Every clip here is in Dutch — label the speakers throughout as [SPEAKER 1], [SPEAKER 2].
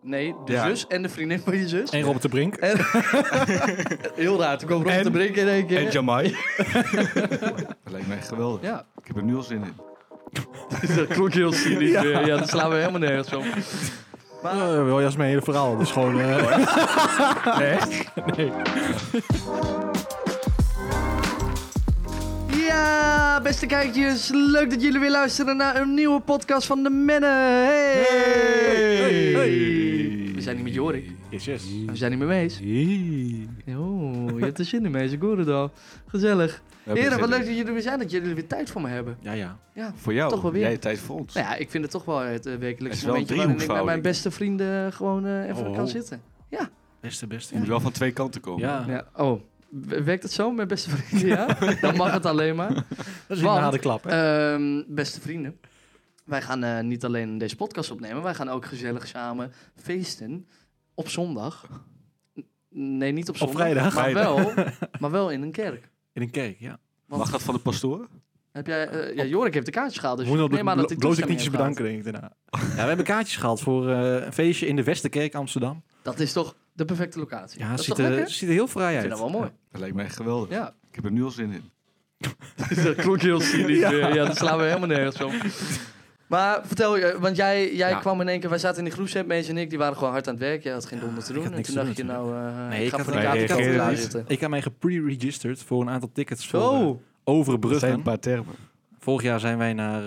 [SPEAKER 1] Nee, de
[SPEAKER 2] Ja.
[SPEAKER 1] zus en de vriendin van je zus.
[SPEAKER 3] En Robert de Brink.
[SPEAKER 1] En- Heel raar, toen kwam Rob
[SPEAKER 3] En-
[SPEAKER 1] te Brink in één keer.
[SPEAKER 3] En Jamai.
[SPEAKER 2] Dat lijkt mij geweldig.
[SPEAKER 1] ja,
[SPEAKER 2] Ik heb er nu al zin in.
[SPEAKER 1] dat klonk heel cynisch. Ja, ja dat slaan we helemaal nergens op.
[SPEAKER 3] Eh, wel juist mijn hele verhaal. Dat is gewoon... eh,
[SPEAKER 1] Ja, beste kijkers, leuk dat jullie weer luisteren naar een nieuwe podcast van de Mennen. Hey!
[SPEAKER 2] Hey!
[SPEAKER 1] Hey! We zijn niet met Jorik,
[SPEAKER 3] Yes, yes.
[SPEAKER 1] we zijn niet met Mees. Oh, je hebt er zin in, Mees, ik hoor het al. Gezellig. Heren, wat leuk dat jullie er weer zijn, dat jullie er weer tijd voor me hebben.
[SPEAKER 2] Ja, ja.
[SPEAKER 1] Ja,
[SPEAKER 2] Voor jou.
[SPEAKER 1] Toch wel weer.
[SPEAKER 2] Jij tijd voor ons.
[SPEAKER 1] Nou ja, ik vind het toch wel het eh,
[SPEAKER 2] Het is
[SPEAKER 1] wekelijks
[SPEAKER 2] wel een
[SPEAKER 1] momentje waarin ik met mijn
[SPEAKER 2] driehoeksverhouding.
[SPEAKER 1] beste vrienden gewoon eh, even
[SPEAKER 3] Oh.
[SPEAKER 1] kan zitten.
[SPEAKER 3] Beste, beste.
[SPEAKER 2] Je moet wel van twee kanten komen.
[SPEAKER 3] Ah.
[SPEAKER 1] Ja, oh, w- werkt het zo met beste vrienden? Ja, dan mag het alleen maar.
[SPEAKER 3] Dat is een
[SPEAKER 1] Want,
[SPEAKER 3] harde klap, hè?
[SPEAKER 1] Ehm, beste vrienden, wij gaan eh, niet alleen deze podcast opnemen, wij gaan ook gezellig samen feesten op zondag. N- Nee, niet op
[SPEAKER 3] Op
[SPEAKER 1] zondag.
[SPEAKER 3] vrijdag.
[SPEAKER 1] Maar wel, maar wel in een kerk.
[SPEAKER 3] In een kerk, ja.
[SPEAKER 1] Want-
[SPEAKER 2] Mag dat van de pastoor?
[SPEAKER 1] Heb jij, eh, ja, Jorik heeft de kaartjes gehaald, dus
[SPEAKER 3] Moet nog
[SPEAKER 1] ik neem aan dat hij
[SPEAKER 3] bloos
[SPEAKER 1] toestemming
[SPEAKER 3] knietjes
[SPEAKER 1] heeft
[SPEAKER 3] bedanken, denk ik daarna. Ja, we hebben kaartjes gehaald voor eh, een feestje in de Westerkerk Amsterdam.
[SPEAKER 1] gehad. Dat is toch de perfecte locatie?
[SPEAKER 3] Ja,
[SPEAKER 1] dat is
[SPEAKER 3] ziet,
[SPEAKER 1] toch
[SPEAKER 3] er,
[SPEAKER 1] lekker?
[SPEAKER 3] ziet er heel vrij
[SPEAKER 1] Ik
[SPEAKER 3] uit.
[SPEAKER 1] vind dat wel mooi.
[SPEAKER 2] Dat lijkt mij geweldig.
[SPEAKER 1] Ja,
[SPEAKER 2] Ik heb er nu al zin in.
[SPEAKER 1] Dus dat klonk heel cynisch. Ja, ja dat slaan we helemaal nergens op. Maar vertel je, want jij, jij
[SPEAKER 3] Ja.
[SPEAKER 1] kwam in één keer, wij zaten in die groepsapp, Mees en ik, die waren gewoon hard aan het werk. Jij had geen donder te
[SPEAKER 3] ik
[SPEAKER 1] doen.
[SPEAKER 3] had
[SPEAKER 1] En
[SPEAKER 3] niks
[SPEAKER 1] toen
[SPEAKER 3] te
[SPEAKER 1] dacht je
[SPEAKER 3] doen
[SPEAKER 1] nou, eh
[SPEAKER 3] Nee,
[SPEAKER 1] ik
[SPEAKER 3] ik
[SPEAKER 1] ga
[SPEAKER 3] had-
[SPEAKER 1] voor de
[SPEAKER 2] nee,
[SPEAKER 1] kaart- ik had
[SPEAKER 2] reageerde
[SPEAKER 1] klaar
[SPEAKER 2] niet.
[SPEAKER 1] zitten. Oh,
[SPEAKER 3] Ik heb mij gepre-registered voor een aantal tickets voor eh,
[SPEAKER 1] Zo.
[SPEAKER 2] Dat zijn
[SPEAKER 3] Overbruggen.
[SPEAKER 2] een paar termen.
[SPEAKER 3] Vorig jaar zijn wij naar,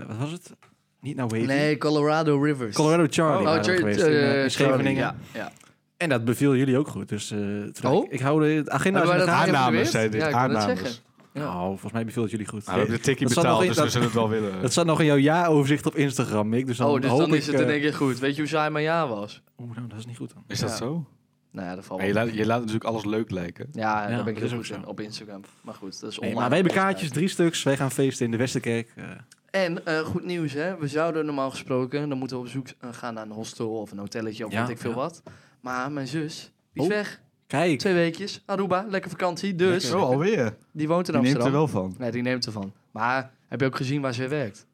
[SPEAKER 3] eh, wat was het? Niet naar Wavy.
[SPEAKER 1] Nee, Colorado Rivers.
[SPEAKER 3] Colorado Charlie waren we
[SPEAKER 1] Char-
[SPEAKER 3] geweest
[SPEAKER 1] eh,
[SPEAKER 3] in, eh, in
[SPEAKER 1] Charlie,
[SPEAKER 3] Scheveningen.
[SPEAKER 1] Ja, ja.
[SPEAKER 3] En dat beviel jullie ook goed. Dus eh, toen dacht
[SPEAKER 1] Oh?
[SPEAKER 3] ik, ik hou de de agenda
[SPEAKER 1] Hebben
[SPEAKER 3] in
[SPEAKER 1] wij
[SPEAKER 3] de
[SPEAKER 1] dat
[SPEAKER 3] gaten.
[SPEAKER 1] gegeven
[SPEAKER 2] Aannames
[SPEAKER 1] geweest?
[SPEAKER 2] zijn dit.
[SPEAKER 1] Ja, ik wou net
[SPEAKER 2] aannames.
[SPEAKER 1] zeggen. Ja.
[SPEAKER 3] Nou, volgens mij beviel het jullie goed.
[SPEAKER 2] Nou, we hebben de tikkie
[SPEAKER 3] Dat zal nog
[SPEAKER 2] betaald, dus
[SPEAKER 3] niet-
[SPEAKER 2] we zullen het wel willen.
[SPEAKER 3] Het staat nog in jouw jaaroverzicht op Instagram, Mick. Dus dan
[SPEAKER 1] Oh, dus
[SPEAKER 3] hoop
[SPEAKER 1] dan
[SPEAKER 3] ik,
[SPEAKER 1] is het
[SPEAKER 3] eh,
[SPEAKER 1] in één keer goed. Weet je hoe saai mijn jaar was?
[SPEAKER 3] Oeh, nou, dat is niet goed dan.
[SPEAKER 2] Is dat
[SPEAKER 1] Ja.
[SPEAKER 2] zo?
[SPEAKER 1] Nou ja, dat valt
[SPEAKER 2] Maar je
[SPEAKER 1] wel.
[SPEAKER 2] laat, je laat natuurlijk alles leuk lijken.
[SPEAKER 1] Ja, daar
[SPEAKER 3] Ja,
[SPEAKER 1] ben ik
[SPEAKER 3] dat is
[SPEAKER 1] heel
[SPEAKER 3] ook
[SPEAKER 1] goed
[SPEAKER 3] zo.
[SPEAKER 1] in, op Instagram. Maar goed, dat is
[SPEAKER 3] Nee,
[SPEAKER 1] online.
[SPEAKER 3] maar wij hebben kaartjes, drie stuks. Wij gaan feesten in de Westerkerk. eh.
[SPEAKER 1] En eh, goed nieuws, hè. We zouden normaal gesproken, dan moeten we op zoek eh, gaan naar een hostel of een hotelletje of
[SPEAKER 3] Ja,
[SPEAKER 1] weet ik veel
[SPEAKER 3] ja.
[SPEAKER 1] wat. Maar mijn zus, die is
[SPEAKER 3] Oh.
[SPEAKER 1] weg.
[SPEAKER 3] kijk,
[SPEAKER 1] Twee weekjes, Aruba, lekker vakantie. Dus,
[SPEAKER 2] Zo, alweer.
[SPEAKER 1] die woont in
[SPEAKER 2] Je Oh, neemt er
[SPEAKER 1] Amsterdam.
[SPEAKER 2] wel van.
[SPEAKER 1] Nee, die neemt ervan. Maar heb je ook gezien waar ze werkt?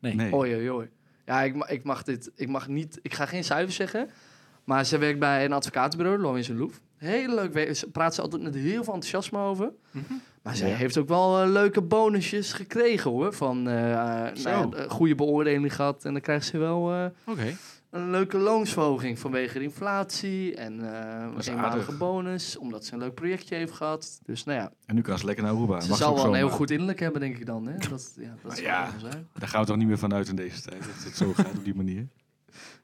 [SPEAKER 3] Nee.
[SPEAKER 2] Nee.
[SPEAKER 1] Oei, oei, oei. Ja, ik, ma- ik mag dit. Ik mag niet. Ik ga geen cijfers zeggen. Maar ze werkt bij een advocatenbureau, Lois Loef. Heel leuk. we- Ze praat ze altijd met heel veel enthousiasme over. Maar zij
[SPEAKER 2] Ja.
[SPEAKER 1] heeft ook wel eh, leuke bonusjes gekregen hoor. Van eh, eh,
[SPEAKER 2] Zo.
[SPEAKER 1] nou ja, eh, goede beoordeling gehad. En dan krijgt ze wel eh,
[SPEAKER 3] oké.
[SPEAKER 1] een leuke loonsverhoging vanwege de inflatie. En eh een
[SPEAKER 2] is
[SPEAKER 1] eenmalige
[SPEAKER 2] aardig.
[SPEAKER 1] bonus, omdat ze een leuk projectje heeft gehad. Dus nou ja,
[SPEAKER 2] En nu kan ze lekker naar Aruba.
[SPEAKER 1] ze
[SPEAKER 2] Mag
[SPEAKER 1] zal
[SPEAKER 2] ook
[SPEAKER 1] wel een
[SPEAKER 2] zomaar.
[SPEAKER 1] heel goed innerlijk hebben, denk ik dan. Hè? Dat, ja, dat zou
[SPEAKER 2] Ja.
[SPEAKER 1] wel zijn.
[SPEAKER 2] Daar gaan we toch niet meer van uit in deze tijd. Dat het zo gaat op die manier.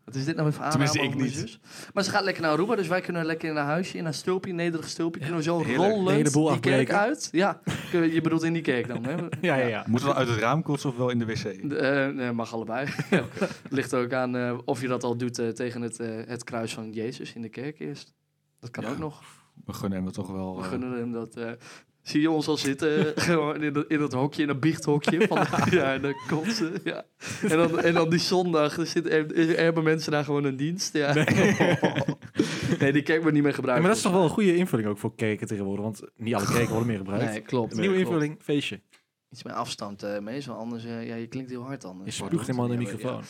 [SPEAKER 1] Wat is dit nou even aan?
[SPEAKER 2] Tenminste, ik niet.
[SPEAKER 1] Maar ze gaat lekker naar Aruba, dus wij kunnen lekker in haar huisje, in haar stulpje, nederig stulpje, kunnen we zo
[SPEAKER 2] heerlijk.
[SPEAKER 1] rollend
[SPEAKER 3] De hele boel
[SPEAKER 1] die kerk
[SPEAKER 3] afbreken.
[SPEAKER 1] uit. Ja, kun- je bedoelt in die kerk dan, hè?
[SPEAKER 3] Ja, ja, ja.
[SPEAKER 2] Moeten we dan uit het raam kotsen of wel in de wc?
[SPEAKER 1] De, eh, nee, mag allebei. Ligt ook aan eh, of je dat al doet eh, tegen het, eh, het kruis van Jezus in de kerk eerst. Dat kan
[SPEAKER 2] Ja.
[SPEAKER 1] ook nog.
[SPEAKER 2] We gunnen hem toch wel.
[SPEAKER 1] We
[SPEAKER 2] eh,
[SPEAKER 1] gunnen hem dat. eh, zie je ons al zitten, eh, gewoon in dat, in dat hokje, in dat biechthokje van de, ja, in de kotsen. Ja. En, dan, en dan die zondag, er zit, er, hebben mensen daar gewoon een dienst. Ja. Nee. die kerk wordt niet meer
[SPEAKER 3] Ja,
[SPEAKER 1] gebruikt.
[SPEAKER 3] maar dat is toch wel een goede invulling ook voor kerken tegenwoordig. Want niet alle kerken worden meer gebruikt.
[SPEAKER 1] Nee, klopt.
[SPEAKER 3] Een Nieuwe
[SPEAKER 1] klopt.
[SPEAKER 3] invulling, feestje.
[SPEAKER 1] Iets meer afstand, eh meestal. Anders, eh, ja, je klinkt heel hard
[SPEAKER 3] Je
[SPEAKER 1] anders.
[SPEAKER 3] spuugt helemaal in de microfoon.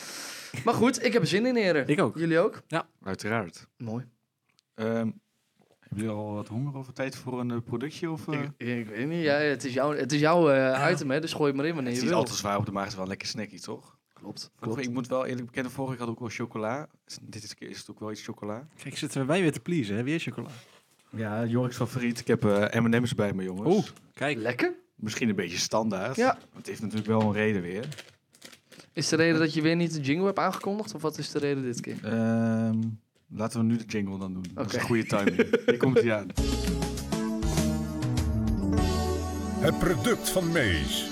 [SPEAKER 1] Ja. Maar goed, ik heb er zin in, heren.
[SPEAKER 3] Ik ook.
[SPEAKER 1] Jullie ook?
[SPEAKER 2] Uiteraard.
[SPEAKER 1] Mooi.
[SPEAKER 2] Ehm hebben jullie al wat honger of tijd voor een eh, productje? Of, eh?
[SPEAKER 1] Ik, ik weet niet. Ja, het is jouw het is jouw eh, item, hè, dus gooi het maar in wanneer
[SPEAKER 2] het is
[SPEAKER 1] je
[SPEAKER 2] niet
[SPEAKER 1] wil.
[SPEAKER 2] al te zwaar op de maag, het is wel een lekker snacky, toch?
[SPEAKER 1] Klopt.
[SPEAKER 2] Vroeger,
[SPEAKER 1] klopt.
[SPEAKER 2] ik moet wel eerlijk bekennen, vorig had ik ook wel chocola. Is- Dit is, is het ook wel iets chocola.
[SPEAKER 3] Kijk, zitten wij weer te pleasen, hè? Weer chocola.
[SPEAKER 2] Ja, Jorik's favoriet. Ik heb eh, M&M's bij me, jongens.
[SPEAKER 3] Oeh, kijk.
[SPEAKER 1] Lekker.
[SPEAKER 2] Misschien een beetje standaard.
[SPEAKER 1] Ja.
[SPEAKER 2] Want het heeft natuurlijk wel een reden weer.
[SPEAKER 1] Is de reden dat je weer niet de jingle hebt aangekondigd? Of wat is de reden dit keer?
[SPEAKER 2] Ehm, laten we nu de jingle dan doen. Dat is
[SPEAKER 1] Oké.
[SPEAKER 2] een goede timing. Hier komt hij aan.
[SPEAKER 4] Het product van Mees.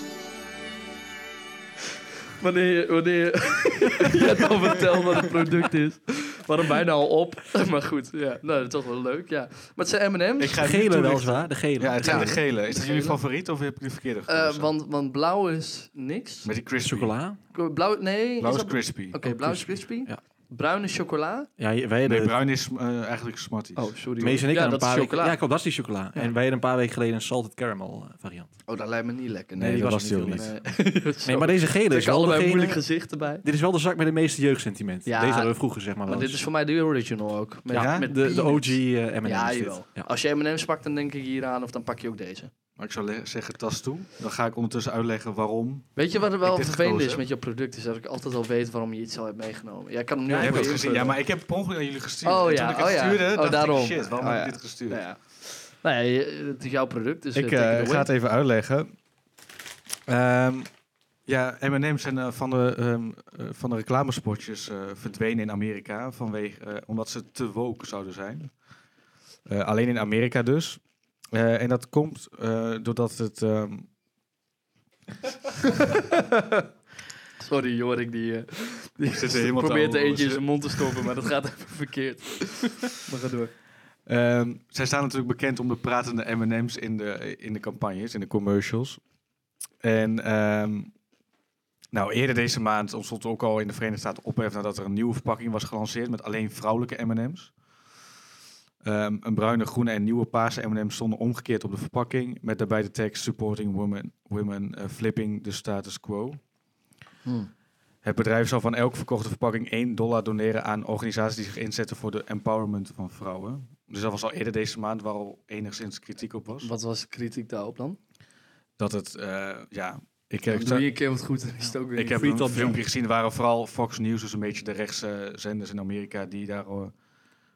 [SPEAKER 1] Wanneer je, wanneer je, je het al vertelt wat het product is. Waarom bijna al op. Maar goed, ja. Nou, dat is toch wel leuk, ja. Maar het zijn M&M's.
[SPEAKER 2] Ik ga
[SPEAKER 3] De
[SPEAKER 2] het nu
[SPEAKER 3] gele
[SPEAKER 2] toelichten.
[SPEAKER 3] wel zwaar, de gele.
[SPEAKER 2] Ja, het zijn
[SPEAKER 1] Ja.
[SPEAKER 2] de gele. Is dat jullie
[SPEAKER 1] Gele.
[SPEAKER 2] favoriet of heb ik de verkeerde
[SPEAKER 1] Eh,
[SPEAKER 2] gekozen?
[SPEAKER 1] want, want blauw is niks.
[SPEAKER 2] Met die crispy.
[SPEAKER 3] Chocola.
[SPEAKER 1] Blauw, nee.
[SPEAKER 2] Blauw is
[SPEAKER 1] dat-
[SPEAKER 2] crispy.
[SPEAKER 1] Oké, blauw is crispy.
[SPEAKER 3] Ja.
[SPEAKER 1] bruine chocola.
[SPEAKER 3] Ja, je- wij hadden...
[SPEAKER 2] Nee, bruin is eh, eigenlijk Smarties.
[SPEAKER 1] Oh, sorry.
[SPEAKER 3] Mees en ik
[SPEAKER 1] ja,
[SPEAKER 3] hadden
[SPEAKER 1] dat
[SPEAKER 3] een
[SPEAKER 1] is
[SPEAKER 3] paar weken...
[SPEAKER 1] chocola.
[SPEAKER 3] Ja, klopt, dat is die chocola. En wij hadden een paar weken geleden een salted caramel eh, variant.
[SPEAKER 1] Oh, dat lijkt me niet lekker.
[SPEAKER 3] Nee, dat was heel
[SPEAKER 1] niet.
[SPEAKER 3] niet. Nee,
[SPEAKER 1] nee,
[SPEAKER 3] maar deze gele is
[SPEAKER 1] Ik
[SPEAKER 3] wel
[SPEAKER 1] allebei een
[SPEAKER 3] degene...
[SPEAKER 1] moeilijk gezicht erbij.
[SPEAKER 3] Dit is wel de zak met de meeste jeugdsentiment.
[SPEAKER 1] Ja,
[SPEAKER 3] Deze hadden we vroeger, zeg maar.
[SPEAKER 1] Maar
[SPEAKER 3] wel
[SPEAKER 1] dit
[SPEAKER 3] eens.
[SPEAKER 1] is voor mij de original ook. Met,
[SPEAKER 3] ja,
[SPEAKER 1] met
[SPEAKER 3] de, de
[SPEAKER 1] peanuts.
[SPEAKER 3] OG eh M&M's.
[SPEAKER 1] Ja,
[SPEAKER 3] is dit.
[SPEAKER 1] jawel. Oh,
[SPEAKER 3] Ja.
[SPEAKER 1] Als je M&M's pakt, dan denk ik hier aan of dan pak je ook deze.
[SPEAKER 2] Maar ik zou le- zeggen tas toe. Dan ga ik ondertussen uitleggen waarom.
[SPEAKER 1] Weet je wat er wel
[SPEAKER 2] Ik dit
[SPEAKER 1] vervelend
[SPEAKER 2] gekozen
[SPEAKER 1] is
[SPEAKER 2] heb.
[SPEAKER 1] met jouw product? Is dat ik altijd al weet waarom je iets al hebt meegenomen. Jij kan hem nu
[SPEAKER 2] Ja,
[SPEAKER 1] ook
[SPEAKER 2] heb
[SPEAKER 1] weer
[SPEAKER 2] het gezien. Ja,
[SPEAKER 1] invullen.
[SPEAKER 2] maar ik heb het per ongeluk aan jullie gestuurd.
[SPEAKER 1] Oh,
[SPEAKER 2] En
[SPEAKER 1] ja,
[SPEAKER 2] Toen ik het
[SPEAKER 1] oh, ja.
[SPEAKER 2] stuurde,
[SPEAKER 1] Oh,
[SPEAKER 2] dacht
[SPEAKER 1] daarom.
[SPEAKER 2] ik, shit, waarom
[SPEAKER 1] Oh,
[SPEAKER 2] heb
[SPEAKER 1] ja.
[SPEAKER 2] ik dit gestuurd?
[SPEAKER 1] Nou ja. Nou ja, je- het is jouw product, dus eh,
[SPEAKER 2] Ik
[SPEAKER 1] take it
[SPEAKER 2] eh,
[SPEAKER 1] away.
[SPEAKER 2] ga het even uitleggen. Ehm, ja, M&M's zijn eh, van, de, ehm, eh, van de reclamespotjes eh, verdwenen in Amerika. Vanwege, eh, omdat ze te woke zouden zijn. Eh, alleen in Amerika dus. Eh, en dat komt eh, doordat het... ehm,
[SPEAKER 1] Sorry, Jorik, die, eh, die
[SPEAKER 2] zit er helemaal te dus, eh.
[SPEAKER 1] probeert er eentje in
[SPEAKER 2] ouwehoezen.
[SPEAKER 1] zijn mond te stoppen, maar dat gaat even verkeerd. We gaan door.
[SPEAKER 2] Ehm, zij staan natuurlijk bekend om de pratende M&M's in de, in de campagnes, in de commercials. En ehm, nou, eerder deze maand ontstond ook al in de Verenigde Staten ophef nadat er een nieuwe verpakking was gelanceerd met alleen vrouwelijke M&M's. Ehm, een bruine, groene en nieuwe paarse M&M's stonden omgekeerd op de verpakking met daarbij de tekst supporting women, women eh, flipping the status quo.
[SPEAKER 1] Hmm.
[SPEAKER 2] Het bedrijf zal van elk verkochte verpakking 1 dollar doneren aan organisaties die zich inzetten voor de empowerment van vrouwen. Dus dat was al eerder deze maand waar al enigszins kritiek op was.
[SPEAKER 1] Wat was de kritiek daarop dan?
[SPEAKER 2] Dat het, eh, ja, ik,
[SPEAKER 1] Ik
[SPEAKER 2] ik,
[SPEAKER 1] Doe je een keer wat goed, dan is het ook weer
[SPEAKER 2] ik
[SPEAKER 1] niet
[SPEAKER 2] heb
[SPEAKER 1] goed.
[SPEAKER 2] een filmpje gezien, waren vooral Fox News, dus een beetje de rechtse zenders in Amerika, die daar, eh,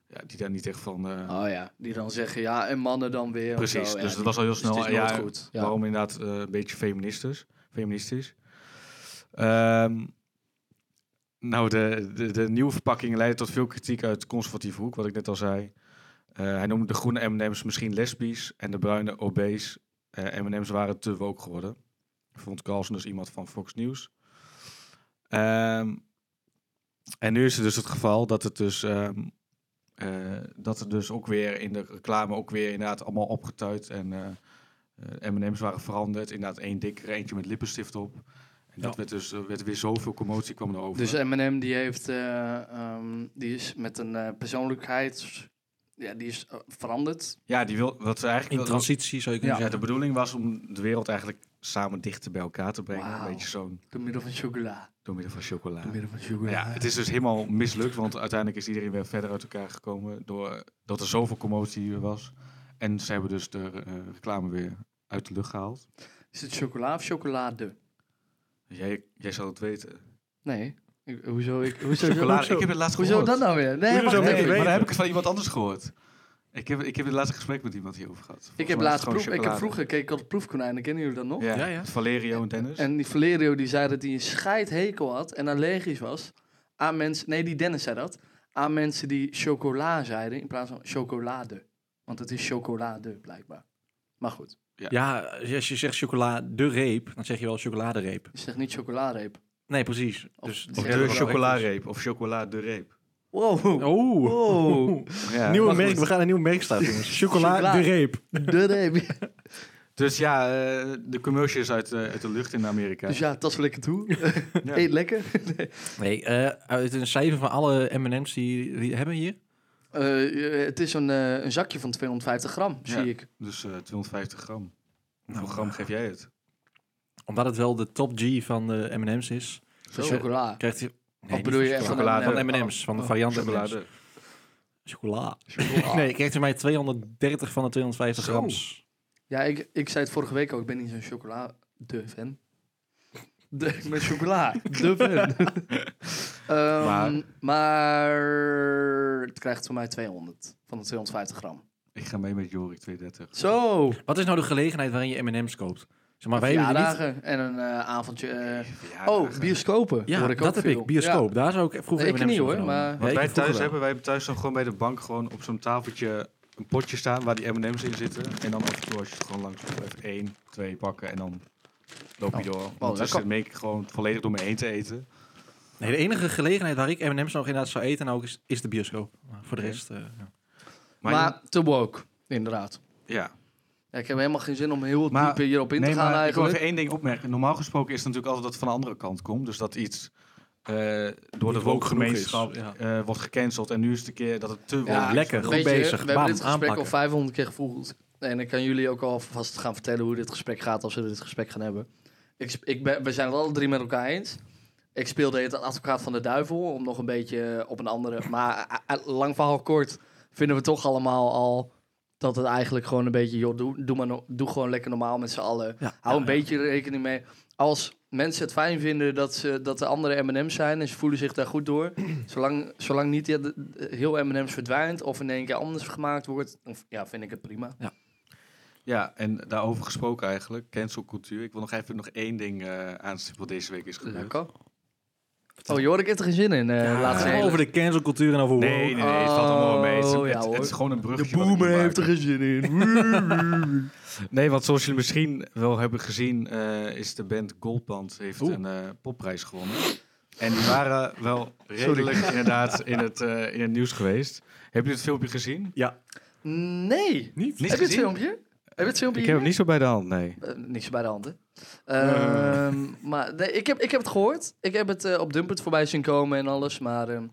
[SPEAKER 2] ja, die daar niet echt van... eh,
[SPEAKER 1] Oh ja, die dan zeggen, ja, en mannen dan weer. of
[SPEAKER 2] precies,
[SPEAKER 1] zo. Ja,
[SPEAKER 2] dus
[SPEAKER 1] die-
[SPEAKER 2] dat was al heel
[SPEAKER 1] dus het
[SPEAKER 2] snel.
[SPEAKER 1] is nooit
[SPEAKER 2] ja,
[SPEAKER 1] goed. Ja.
[SPEAKER 2] Waarom inderdaad eh, een beetje feministisch. feministisch. Ehm, nou, de, de, de nieuwe verpakking leidde tot veel kritiek uit conservatieve hoek, wat ik net al zei. Eh, hij noemde de groene M&M's misschien lesbisch en de bruine obese eh, M&M's waren te woke geworden. Vond Carlson dus iemand van Fox News. Ehm, en nu is het dus het geval dat het dus, ehm, eh, dat het dus ook weer in de reclame ook weer inderdaad allemaal opgetuid en eh, eh, M&M's waren veranderd. Inderdaad één dikker, eentje met lippenstift op. En dat
[SPEAKER 3] Ja.
[SPEAKER 2] werd dus eh, werd weer zoveel commotie kwam erover.
[SPEAKER 1] Dus M&M die heeft, eh, ehm, die is met een eh, persoonlijkheid, ja, die is eh, veranderd.
[SPEAKER 2] ja, die wil wat ze eigenlijk
[SPEAKER 3] In
[SPEAKER 2] wilden-
[SPEAKER 3] transitie zou je kunnen
[SPEAKER 2] Ja, de
[SPEAKER 3] zeggen.
[SPEAKER 2] bedoeling was om de wereld eigenlijk samen dichter bij elkaar te brengen.
[SPEAKER 1] Wauw.
[SPEAKER 2] Een beetje zo'n
[SPEAKER 1] Door middel van chocola.
[SPEAKER 2] door middel van chocola.
[SPEAKER 1] Door middel van chocola.
[SPEAKER 2] Ja, het is dus helemaal mislukt, want uiteindelijk is iedereen weer verder uit elkaar gekomen door dat er zoveel commotie was. En ze hebben dus de eh, reclame weer uit de lucht gehaald.
[SPEAKER 1] Is het chocola of chocolade?
[SPEAKER 2] Jij, jij zal het weten.
[SPEAKER 1] Nee. Ik- hoezo? Ik, hoezo
[SPEAKER 2] Chocolade,
[SPEAKER 1] hoezo-
[SPEAKER 2] ik heb het laatst
[SPEAKER 1] hoezo
[SPEAKER 2] gehoord.
[SPEAKER 1] dat nou weer? Nee,
[SPEAKER 3] Hoezo
[SPEAKER 1] wacht
[SPEAKER 3] zou ik
[SPEAKER 1] even.
[SPEAKER 3] het
[SPEAKER 2] Nee, maar
[SPEAKER 3] weten?
[SPEAKER 2] daar heb ik het van iemand anders gehoord. Ik heb, ik heb het laatste gesprek met iemand hierover gehad.
[SPEAKER 1] Ik
[SPEAKER 2] Volgens
[SPEAKER 1] heb
[SPEAKER 2] mij is
[SPEAKER 1] laatst
[SPEAKER 2] het gewoon
[SPEAKER 1] proef, ik heb
[SPEAKER 2] chocolade.
[SPEAKER 1] vroeger keek ik al het proefkonijnen, kennen jullie dat nog?
[SPEAKER 2] Ja,
[SPEAKER 3] Ja, ja.
[SPEAKER 2] Valerio en Dennis.
[SPEAKER 1] En die Valerio die zei dat hij een scheidhekel had en allergisch was aan mensen, nee die Dennis zei dat, aan mensen die chocola zeiden in plaats van chocolade. Want het is chocolade blijkbaar. Maar goed,
[SPEAKER 3] Ja, als je zegt chocola de reep, dan zeg je wel chocoladereep.
[SPEAKER 1] je zegt niet chocoladereep.
[SPEAKER 3] Nee, precies.
[SPEAKER 1] Of-
[SPEAKER 3] Dus
[SPEAKER 1] of
[SPEAKER 2] of
[SPEAKER 1] Ja,
[SPEAKER 2] de
[SPEAKER 1] dat-
[SPEAKER 2] chocolareep. Of chocola de reep.
[SPEAKER 1] Wow,
[SPEAKER 3] Oh.
[SPEAKER 1] Wow.
[SPEAKER 2] Ja.
[SPEAKER 3] Nieuwe
[SPEAKER 1] Wacht,
[SPEAKER 3] merk,
[SPEAKER 1] wacht.
[SPEAKER 3] we gaan een nieuw merk starten, jongens. Chocola
[SPEAKER 1] Chocola.
[SPEAKER 3] de reep.
[SPEAKER 1] de reep.
[SPEAKER 2] Dus ja, eh, de commercial is uit, eh, uit de lucht in Amerika.
[SPEAKER 1] Dus ja, tas lekker toe.
[SPEAKER 2] Ja.
[SPEAKER 1] Eet lekker.
[SPEAKER 3] Nee, eh, uit een cijfer van alle M&M's die die hebben we hier.
[SPEAKER 1] Eh, het is een, eh, een zakje van 250 gram,
[SPEAKER 2] Ja.
[SPEAKER 1] zie ik.
[SPEAKER 2] Dus eh, 250 gram. Hoeveel
[SPEAKER 3] Nou,
[SPEAKER 2] gram geef jij het?
[SPEAKER 3] Omdat het wel de top G van de M&M's is,
[SPEAKER 1] Zo
[SPEAKER 3] eh,
[SPEAKER 1] chocola.
[SPEAKER 3] krijgt hij...
[SPEAKER 1] Wat bedoel je? Echt van
[SPEAKER 2] chocolade.
[SPEAKER 1] een, eh,
[SPEAKER 3] Van M&M's, van de variant M&M's.
[SPEAKER 2] Chocolade.
[SPEAKER 3] Chocola.
[SPEAKER 1] Ah.
[SPEAKER 3] Nee, krijgt hij mij 230 van de 250
[SPEAKER 2] Zo.
[SPEAKER 3] grams.
[SPEAKER 1] Ja, ik, ik zei het vorige week al, ik ben niet zo'n chocolade-fan. De, ik ben chocola, de fan. Ehm, maar.
[SPEAKER 2] Maar-
[SPEAKER 1] het krijgt voor mij 200 van de 250 gram.
[SPEAKER 2] Ik ga mee met Jorik 230.
[SPEAKER 1] Zo!
[SPEAKER 3] Wat is nou de gelegenheid waarin je M&M's koopt? Zeg maar, wij hebben hier niet...
[SPEAKER 1] Verjaardagen en een eh, avondje. eh,
[SPEAKER 2] Ja,
[SPEAKER 1] oh, bioscopen.
[SPEAKER 3] Ja,
[SPEAKER 1] hoor ik
[SPEAKER 3] dat
[SPEAKER 1] ook
[SPEAKER 3] heb
[SPEAKER 1] veel.
[SPEAKER 3] ik. Bioscoop. Daar zou ik vroeger
[SPEAKER 1] Ik
[SPEAKER 3] M&M's
[SPEAKER 1] niet,
[SPEAKER 3] van
[SPEAKER 1] hoor,
[SPEAKER 3] genomen.
[SPEAKER 1] maar-
[SPEAKER 3] Ja,
[SPEAKER 2] Wat wij
[SPEAKER 3] ik vroeger
[SPEAKER 2] thuis
[SPEAKER 3] wel.
[SPEAKER 2] hebben, wij hebben thuis dan gewoon bij de bank gewoon op zo'n tafeltje een potje staan waar die M&M's in zitten. En dan af en toe als je het gewoon langs doet, even één, twee pakken en dan loop je
[SPEAKER 1] Oh.
[SPEAKER 2] door.
[SPEAKER 1] dat
[SPEAKER 2] Ondertussen
[SPEAKER 1] kan-
[SPEAKER 2] meen ik gewoon volledig door me heen te eten.
[SPEAKER 3] Nee, de enige gelegenheid waar ik M&M's nog inderdaad zou eten nou ook is, is de bioscoop. Maar voor de
[SPEAKER 2] Oké.
[SPEAKER 3] rest... eh, ja.
[SPEAKER 1] Maar, te woke, inderdaad.
[SPEAKER 2] ja.
[SPEAKER 1] Ja, ik heb helemaal geen zin om heel
[SPEAKER 2] Maar-
[SPEAKER 1] diep hierop in te gaan
[SPEAKER 2] maar ik wil
[SPEAKER 1] eigenlijk.
[SPEAKER 2] even één ding opmerken. Normaal gesproken is het natuurlijk altijd dat het van de andere kant komt. Dus dat iets eh, door
[SPEAKER 3] Niet
[SPEAKER 2] de
[SPEAKER 3] woke
[SPEAKER 2] woke-gemeenschap
[SPEAKER 3] genoeg is.
[SPEAKER 2] eh, wordt gecanceld. En nu is het een keer dat het te woke
[SPEAKER 3] Ja,
[SPEAKER 2] is.
[SPEAKER 3] lekker. Goed
[SPEAKER 1] Weet je,
[SPEAKER 3] bezig.
[SPEAKER 1] We
[SPEAKER 3] Bam,
[SPEAKER 1] hebben dit gesprek
[SPEAKER 3] aanpakken.
[SPEAKER 1] al 500 keer gevoerd. En ik kan jullie ook alvast gaan vertellen hoe dit gesprek gaat als we dit gesprek gaan hebben. Ik, sp- ik ben, we zijn het alle drie met elkaar eens. Ik speelde het advocaat van de duivel om nog een beetje eh, op een andere. Maar eh, eh, lang verhaal kort vinden we toch allemaal al dat het eigenlijk gewoon een beetje, joh, doe, doe, maar no- doe gewoon lekker normaal met z'n allen.
[SPEAKER 3] Ja.
[SPEAKER 1] Hou een beetje rekening mee. Als mensen het fijn vinden dat, ze, dat de andere M&M's zijn en ze voelen zich daar goed door, zolang, zolang niet ja, de- de- eh, heel M&M's verdwijnt of in één keer anders gemaakt wordt, dan v- ja, vind ik het prima.
[SPEAKER 2] Ja, en daarover gesproken eigenlijk, cancelcultuur. Ik wil nog even nog één ding eh aanstippen wat deze week is gebeurd.
[SPEAKER 1] Lekker. Oh, Jorik heeft er geen zin in. eh laatste hele-
[SPEAKER 3] over de cancelcultuur en over
[SPEAKER 2] Nee, nee, nee, het valt allemaal wel mee. Het is,
[SPEAKER 1] Oh, ja,
[SPEAKER 2] het- het
[SPEAKER 1] hoor.
[SPEAKER 2] is gewoon een brugje.
[SPEAKER 1] De boomer heeft er geen zin in.
[SPEAKER 2] Nee, want zoals jullie misschien wel hebben gezien, eh, is de band Goldband heeft
[SPEAKER 3] Oeh.
[SPEAKER 2] een eh, popprijs gewonnen. En die waren wel redelijk inderdaad in het, eh, in het nieuws geweest. Hebben jullie het filmpje gezien?
[SPEAKER 1] nee.
[SPEAKER 3] Niet?
[SPEAKER 1] heb
[SPEAKER 2] Niet
[SPEAKER 1] je het
[SPEAKER 2] gezien?
[SPEAKER 1] filmpje? Heb je het filmpje?
[SPEAKER 2] Ik heb hem niet zo bij de hand, nee.
[SPEAKER 1] Eh, niks bij de hand, hè? Ehm, maar nee, ik, heb, ik heb het gehoord. Ik heb het eh, op Dumpert voorbij zien komen en alles. Maar ehm,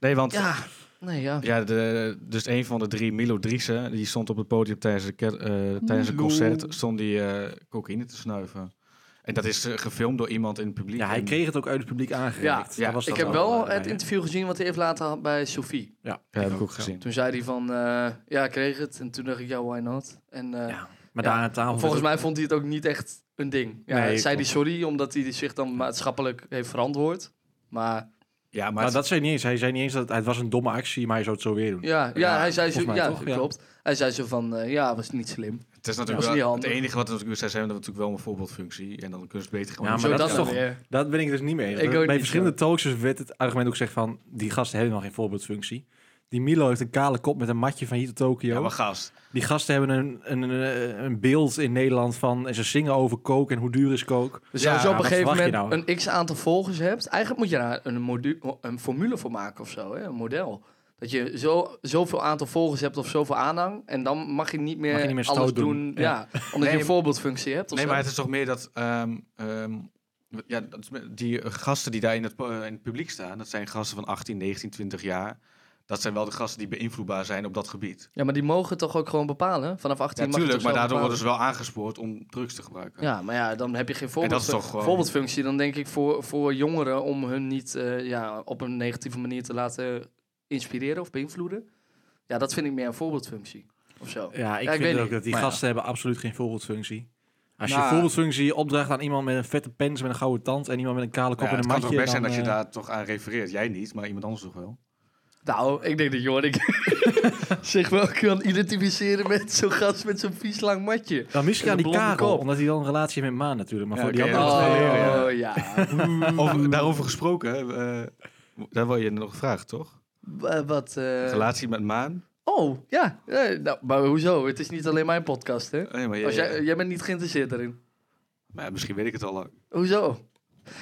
[SPEAKER 2] Nee, want
[SPEAKER 1] ja, nee, ja.
[SPEAKER 2] Ja, de, dus een van de drie, Milo Driessen, die stond op het podium tijdens, de, ke- eh, tijdens een concert, stond die eh cocaïne te snuiven. En dat is eh, gefilmd door iemand in het publiek.
[SPEAKER 3] Ja, hij
[SPEAKER 2] En-
[SPEAKER 3] kreeg het ook uit het publiek aangereikt.
[SPEAKER 2] Ja,
[SPEAKER 3] Daar was
[SPEAKER 1] Ik
[SPEAKER 3] dat
[SPEAKER 1] heb
[SPEAKER 3] ook,
[SPEAKER 1] wel
[SPEAKER 3] eh,
[SPEAKER 1] het
[SPEAKER 3] bij.
[SPEAKER 1] interview gezien wat hij heeft laten had bij Sophie.
[SPEAKER 2] Ja, heb ik ook gezien.
[SPEAKER 1] Toen zei hij van, eh, ja, ik kreeg het. En toen dacht ik, ja, why not? En eh,
[SPEAKER 3] Ja, Maar
[SPEAKER 1] Ja.
[SPEAKER 3] daar aan tafel...
[SPEAKER 1] volgens
[SPEAKER 3] werd
[SPEAKER 1] mij vond hij het ook niet echt een ding. Ja,
[SPEAKER 3] Nee,
[SPEAKER 1] zei hij
[SPEAKER 3] klopt.
[SPEAKER 1] sorry, omdat hij zich dan maatschappelijk heeft verantwoord. Maar
[SPEAKER 2] Ja, maar,
[SPEAKER 3] ook- Nou,
[SPEAKER 2] het-
[SPEAKER 3] dat zei hij niet eens. Hij zei niet eens dat het, het was een domme actie, maar hij zou het zo weer doen.
[SPEAKER 1] ja, ja,
[SPEAKER 3] Ja,
[SPEAKER 1] hij zei zo,
[SPEAKER 3] volgens mij
[SPEAKER 1] ja,
[SPEAKER 3] toch, ja.
[SPEAKER 1] klopt. Hij zei zo van, eh, ja, was niet slim.
[SPEAKER 2] het is
[SPEAKER 1] dat is
[SPEAKER 2] natuurlijk
[SPEAKER 1] niet
[SPEAKER 2] wel, het
[SPEAKER 1] handig.
[SPEAKER 2] enige wat er natuurlijk zij zijn, dat natuurlijk wel een voorbeeldfunctie. En dan kunnen ze het beter gewoon.
[SPEAKER 3] Ja,
[SPEAKER 2] doen.
[SPEAKER 1] zo,
[SPEAKER 3] maar
[SPEAKER 1] dat,
[SPEAKER 3] dat
[SPEAKER 1] is
[SPEAKER 3] is
[SPEAKER 1] toch
[SPEAKER 3] toch-
[SPEAKER 1] weer.
[SPEAKER 3] Dat ben ik dus niet mee.
[SPEAKER 1] Ik ook
[SPEAKER 3] eens. Bij
[SPEAKER 1] niet,
[SPEAKER 3] verschillende talkshows werd het argument ook gezegd van... die gasten hebben helemaal geen voorbeeldfunctie. Die Milo heeft een kale kop met een matje van hier tot Tokio.
[SPEAKER 2] Ja, maar gast.
[SPEAKER 3] Die gasten hebben een, een, een, een beeld in Nederland van... en ze zingen over coke en hoe duur is coke.
[SPEAKER 1] Dus
[SPEAKER 2] Ja,
[SPEAKER 1] als je op
[SPEAKER 3] maar
[SPEAKER 1] een
[SPEAKER 3] wat
[SPEAKER 1] gegeven moment
[SPEAKER 3] verwacht je nou?
[SPEAKER 1] een x-aantal volgers hebt... eigenlijk moet je daar een, modu- een formule voor maken of zo, hè? een model. Dat je zo, zoveel aantal volgers hebt of zoveel aanhang... en dan mag je niet meer,
[SPEAKER 3] Mag je niet meer
[SPEAKER 1] alles
[SPEAKER 3] stout
[SPEAKER 1] doen.
[SPEAKER 3] doen.
[SPEAKER 1] Ja. omdat je
[SPEAKER 2] Nee,
[SPEAKER 1] een voorbeeldfunctie hebt of zo.
[SPEAKER 2] Nee, maar het is toch meer dat. ehm, ehm, ja, dat is me- die eh, gasten die daar in het, pu- eh, in het publiek staan, dat zijn gasten van 18, 19, 20 jaar. Dat zijn wel de gasten die beïnvloedbaar zijn op dat gebied.
[SPEAKER 1] Ja, maar die mogen toch ook gewoon bepalen? Vanaf 18
[SPEAKER 2] Ja,
[SPEAKER 1] mag je
[SPEAKER 2] tuurlijk,
[SPEAKER 1] toch
[SPEAKER 2] maar
[SPEAKER 1] zelf
[SPEAKER 2] daardoor worden
[SPEAKER 1] bepalen?
[SPEAKER 2] ze wel aangespoord om drugs te gebruiken.
[SPEAKER 1] Ja, maar ja, dan heb je geen
[SPEAKER 2] En dat
[SPEAKER 1] voorbeeld,
[SPEAKER 2] is toch gewoon-
[SPEAKER 1] voorbeeldfunctie. Dan denk ik voor, voor jongeren om hun niet eh, ja, op een negatieve manier te laten inspireren of beïnvloeden. Ja, dat vind ik meer een voorbeeldfunctie of zo.
[SPEAKER 3] Ja, ik
[SPEAKER 1] Ja, ik weet
[SPEAKER 3] vind ook
[SPEAKER 1] niet,
[SPEAKER 3] dat die
[SPEAKER 1] maar ja.
[SPEAKER 3] gasten hebben absoluut geen voorbeeldfunctie. Als
[SPEAKER 2] Nou.
[SPEAKER 3] je voorbeeldfunctie opdraagt aan iemand met een vette pens met een gouden tand... en iemand met een kale kop
[SPEAKER 2] Ja,
[SPEAKER 3] en
[SPEAKER 2] het
[SPEAKER 3] een
[SPEAKER 2] kan
[SPEAKER 3] matje...
[SPEAKER 2] toch best
[SPEAKER 3] dan,
[SPEAKER 2] zijn dat je
[SPEAKER 3] eh,
[SPEAKER 2] daar toch aan refereert. Jij niet, maar iemand anders toch wel.
[SPEAKER 1] Nou, ik denk dat Jorik zich wel kan identificeren met zo'n gast met zo'n vies lang matje.
[SPEAKER 3] Dan misschien
[SPEAKER 1] in
[SPEAKER 3] aan
[SPEAKER 1] de
[SPEAKER 3] die
[SPEAKER 1] blonde
[SPEAKER 3] karel,
[SPEAKER 1] kop.
[SPEAKER 3] omdat hij wel een relatie heeft met Maan natuurlijk. Maar
[SPEAKER 2] Ja,
[SPEAKER 3] voor die
[SPEAKER 2] oké,
[SPEAKER 3] andere
[SPEAKER 2] dat is
[SPEAKER 3] twee...
[SPEAKER 2] wel
[SPEAKER 3] eh,
[SPEAKER 2] leren,
[SPEAKER 1] oh, ja. Mm.
[SPEAKER 2] Over- daarover gesproken, eh, daar wil je nog vragen, toch?
[SPEAKER 1] Wa- Wat? eh,
[SPEAKER 2] Relatie met Maan?
[SPEAKER 1] Oh, ja. Eh, nou, maar hoezo? Het is niet alleen mijn podcast, hè?
[SPEAKER 2] Nee, Oh maar jij-
[SPEAKER 1] Als jij, eh, jij bent niet geïnteresseerd daarin.
[SPEAKER 2] maar ja, misschien weet ik het al lang.
[SPEAKER 1] Hoezo?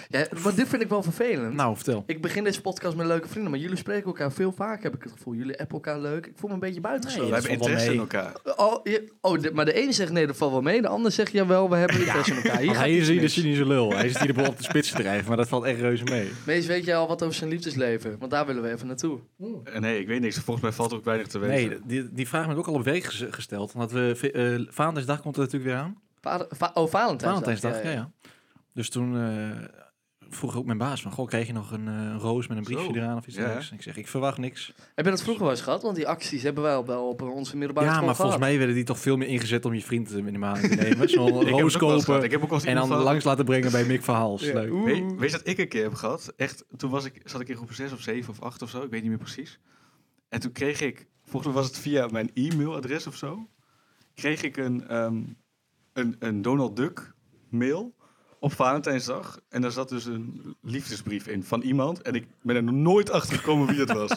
[SPEAKER 1] Ja, maar dit vind ik wel vervelend.
[SPEAKER 3] Nou, vertel.
[SPEAKER 1] Ik begin deze podcast met leuke vrienden, maar jullie spreken elkaar veel vaker, heb ik het gevoel. Jullie appen elkaar leuk. Ik voel me een beetje
[SPEAKER 2] We
[SPEAKER 1] buitengesloten.
[SPEAKER 2] hebben
[SPEAKER 3] valt wel
[SPEAKER 2] interesse in
[SPEAKER 3] mee.
[SPEAKER 2] elkaar.
[SPEAKER 1] Oh, je- oh de- maar de ene zegt nee, dat valt wel mee. De ander zegt jawel, we hebben interesse in elkaar. Hier
[SPEAKER 3] Want
[SPEAKER 1] gaat
[SPEAKER 3] hij is
[SPEAKER 1] iets
[SPEAKER 3] hier de
[SPEAKER 1] mis.
[SPEAKER 3] cynische lul. Hij zit hier de op de spits te drijven, maar dat valt echt reuze mee.
[SPEAKER 1] Mees, weet jij al wat over zijn liefdesleven? Want daar willen we even naartoe.
[SPEAKER 2] Eh, Nee, ik weet niks. Volgens mij valt er ook weinig te weten.
[SPEAKER 3] Nee, die, die vraag heb ik ook al op week ges- gesteld. Omdat we, eh Vaandersdag komt er natuurlijk weer aan.
[SPEAKER 1] Vader, va- oh, Valentijnsdag.
[SPEAKER 3] Valentijnsdag, ja, ja. Dus toen eh, vroeg ook mijn baas van, goh, kreeg je nog een, eh, een roos met een briefje
[SPEAKER 2] Zo.
[SPEAKER 3] eraan of iets
[SPEAKER 2] Ja.
[SPEAKER 3] dergelijks? En Ik zeg, ik verwacht niks.
[SPEAKER 1] Heb je dat vroeger wel eens gehad? Want die acties hebben wij al wel op eh, onze middelbare
[SPEAKER 3] ja,
[SPEAKER 1] school
[SPEAKER 3] maar volgens
[SPEAKER 1] gehad.
[SPEAKER 3] mij werden die toch veel meer ingezet om je vriend eh, in de maan te nemen. Zo'n
[SPEAKER 2] Ik heb
[SPEAKER 3] roos
[SPEAKER 2] het ook wel eens gehad. Ik
[SPEAKER 3] kopen
[SPEAKER 2] heb ook wel eens
[SPEAKER 3] en dan
[SPEAKER 2] iemand van-
[SPEAKER 3] langs laten brengen bij Mick Verhaals.
[SPEAKER 1] Ja.
[SPEAKER 3] Leuk.
[SPEAKER 1] Oeh.
[SPEAKER 2] Weet, weet je dat ik een keer heb gehad? Echt, toen was ik, zat ik in groep 6 of 7 of 8 of zo, ik weet niet meer precies. En toen kreeg ik, volgens mij was het via mijn e-mailadres of zo, kreeg ik een, ehm, een, een Donald Duck mail op Valentijnsdag. En daar zat dus een liefdesbrief in van iemand. En ik ben er nog nooit achter gekomen wie het was.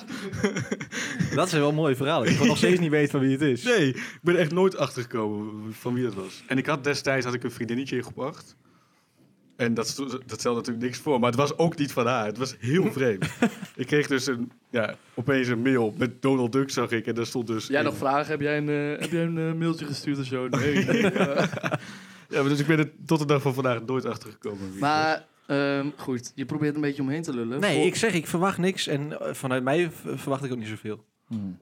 [SPEAKER 3] Dat is wel een mooi verhaal. Ik kan nog steeds niet weten van wie het is.
[SPEAKER 2] Nee, ik ben er echt nooit achter gekomen van wie dat was. En ik had destijds had ik een vriendinnetje in groep 8. En dat, sto- dat stelde natuurlijk niks voor. Maar het was ook niet van haar. Het was heel vreemd. ik kreeg dus een, ja, opeens een mail met Donald Duck, zag ik. En daar stond dus...
[SPEAKER 1] Jij
[SPEAKER 2] in-
[SPEAKER 1] nog vragen? Heb jij een, eh, heb jij een eh, mailtje gestuurd of zo? Nee.
[SPEAKER 2] Ja, maar dus ik ben er tot de dag van vandaag nooit achter gekomen.
[SPEAKER 1] maar Ehm, goed, je probeert een beetje omheen te lullen.
[SPEAKER 3] Nee,
[SPEAKER 1] Voor-
[SPEAKER 3] ik zeg, ik verwacht niks. En eh, vanuit mij v- verwacht ik ook niet zoveel.
[SPEAKER 2] Hmm.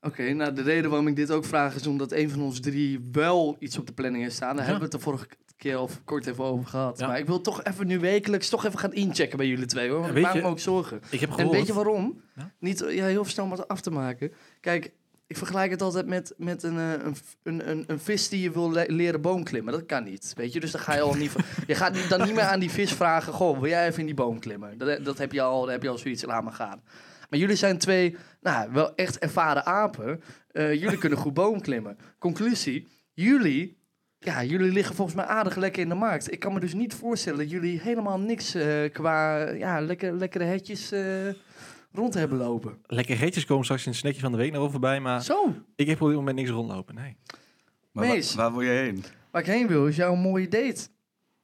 [SPEAKER 1] Oké, nou de reden waarom ik dit ook vraag is omdat een van ons drie wel iets op de planning heeft staan. Daar
[SPEAKER 3] Ja.
[SPEAKER 1] hebben we het de vorige keer al kort even over gehad.
[SPEAKER 3] Ja.
[SPEAKER 1] Maar ik wil toch even nu wekelijks toch even gaan inchecken bij jullie twee hoor. Want ik
[SPEAKER 3] En weet
[SPEAKER 1] maak
[SPEAKER 3] je-
[SPEAKER 1] me ook zorgen.
[SPEAKER 3] Ik heb
[SPEAKER 1] En
[SPEAKER 3] gehoord...
[SPEAKER 1] weet je waarom?
[SPEAKER 3] Ja.
[SPEAKER 1] Niet ja, heel snel om het af te maken. Kijk, ik vergelijk het altijd met, met een, eh, een, v- een, een, een vis die je wil le- leren boom klimmen. Dat kan niet, weet je. Dus dan ga je al niet... van- Je gaat niet- dan niet meer aan die vis vragen... Goh, wil jij even in die boom klimmen? Dat, eh, dat heb je al, daar heb je al zoiets, laat maar gaan. Maar jullie zijn twee, nou, wel echt ervaren apen. Eh, jullie kunnen goed boom klimmen. Conclusie, jullie... Ja, jullie liggen volgens mij aardig lekker in de markt. Ik kan me dus niet voorstellen dat jullie helemaal niks eh, qua ja, lekker, lekkere hetjes eh, rond hebben lopen.
[SPEAKER 3] Lekker heetjes komen straks in het snackje van de week nog wel voorbij. Maar
[SPEAKER 1] Zo,
[SPEAKER 3] ik heb op dit moment niks rondlopen. Nee.
[SPEAKER 2] Maar wa-
[SPEAKER 1] Mees.
[SPEAKER 2] waar wil je heen?
[SPEAKER 1] waar ik heen wil is jouw mooie date.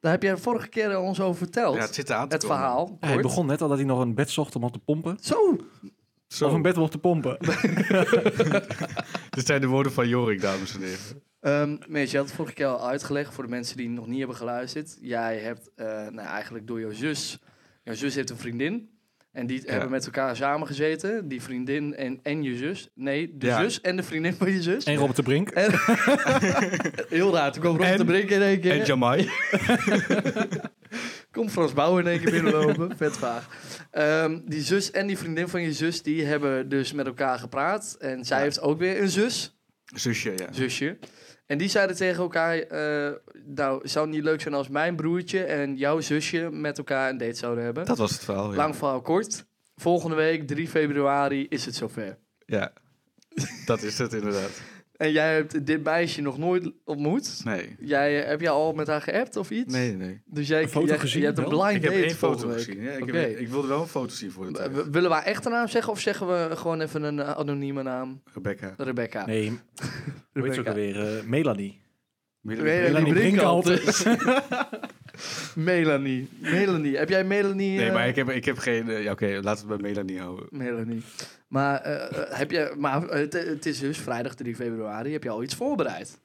[SPEAKER 1] Daar heb jij vorige keer ons over verteld.
[SPEAKER 2] Ja, het zit aan te
[SPEAKER 1] het
[SPEAKER 2] komen.
[SPEAKER 1] verhaal.
[SPEAKER 3] Hij
[SPEAKER 1] kort.
[SPEAKER 3] begon net al dat hij nog een bed zocht om op te pompen.
[SPEAKER 1] Zo,
[SPEAKER 2] Zo,
[SPEAKER 3] Of een bed om op te pompen.
[SPEAKER 2] dit zijn de woorden van Jorik, dames en heren.
[SPEAKER 1] Ehm Mees, je had het vorige keer al uitgelegd voor de mensen die nog niet hebben geluisterd. Jij hebt eh, nou, eigenlijk door jouw zus. Jouw zus heeft een vriendin. En die hebben met elkaar samengezeten. Die vriendin en, en je zus. Nee, de
[SPEAKER 2] Ja.
[SPEAKER 1] zus en de vriendin van je zus.
[SPEAKER 3] en Robert de Brink.
[SPEAKER 1] Heel raar. Toen kwam Rob
[SPEAKER 2] En-
[SPEAKER 1] de Brink in één
[SPEAKER 2] En
[SPEAKER 1] keer.
[SPEAKER 2] Jamai.
[SPEAKER 1] Kom Frans Bauer in één keer binnenlopen. Vet vaag. Ehm, die zus en die vriendin van je zus. Die hebben dus met elkaar gepraat. En zij
[SPEAKER 2] Ja.
[SPEAKER 1] heeft ook weer een zus.
[SPEAKER 2] Zusje, ja.
[SPEAKER 1] zusje. En die zeiden tegen elkaar, eh, nou, zou het niet leuk zijn als mijn broertje en jouw zusje met elkaar een date zouden hebben?
[SPEAKER 2] Dat was het verhaal, ja.
[SPEAKER 1] Lang verhaal kort. Volgende week, 3 februari, is het zover.
[SPEAKER 2] Ja. Dat is het inderdaad.
[SPEAKER 1] En jij hebt dit meisje nog nooit ontmoet.
[SPEAKER 2] Nee.
[SPEAKER 1] Jij, eh, heb jij al met haar geappt of iets?
[SPEAKER 2] Nee, nee.
[SPEAKER 1] Dus jij,
[SPEAKER 3] Een foto
[SPEAKER 1] jij,
[SPEAKER 3] gezien
[SPEAKER 1] je hebt een
[SPEAKER 3] wel?
[SPEAKER 1] blind
[SPEAKER 2] Ik heb
[SPEAKER 1] date
[SPEAKER 2] één foto
[SPEAKER 1] volgende week.
[SPEAKER 2] gezien. Ja, ik, heb-
[SPEAKER 1] Oké.
[SPEAKER 2] ik wilde wel een foto zien voor de
[SPEAKER 1] Eh,
[SPEAKER 2] tijd.
[SPEAKER 1] w- Willen we haar echte naam zeggen of zeggen we gewoon even een eh, anonieme naam?
[SPEAKER 2] Rebecca.
[SPEAKER 1] Rebecca.
[SPEAKER 3] Nee, hoe heet ze ook alweer? Eh,
[SPEAKER 1] Oh,
[SPEAKER 3] Melanie.
[SPEAKER 1] Melanie
[SPEAKER 2] Nee,
[SPEAKER 3] Melanie
[SPEAKER 1] Brinkhoff.
[SPEAKER 3] Brinkhoff.
[SPEAKER 1] Melanie. Melanie. Heb jij Melanie?
[SPEAKER 2] nee
[SPEAKER 1] eh,
[SPEAKER 2] maar ik heb, ik heb geen... eh, Ja, oké, laten we het bij Melanie houden.
[SPEAKER 1] Melanie. Maar, eh, eh, heb je, maar eh, het, het is dus vrijdag 3 februari. Heb je al iets voorbereid?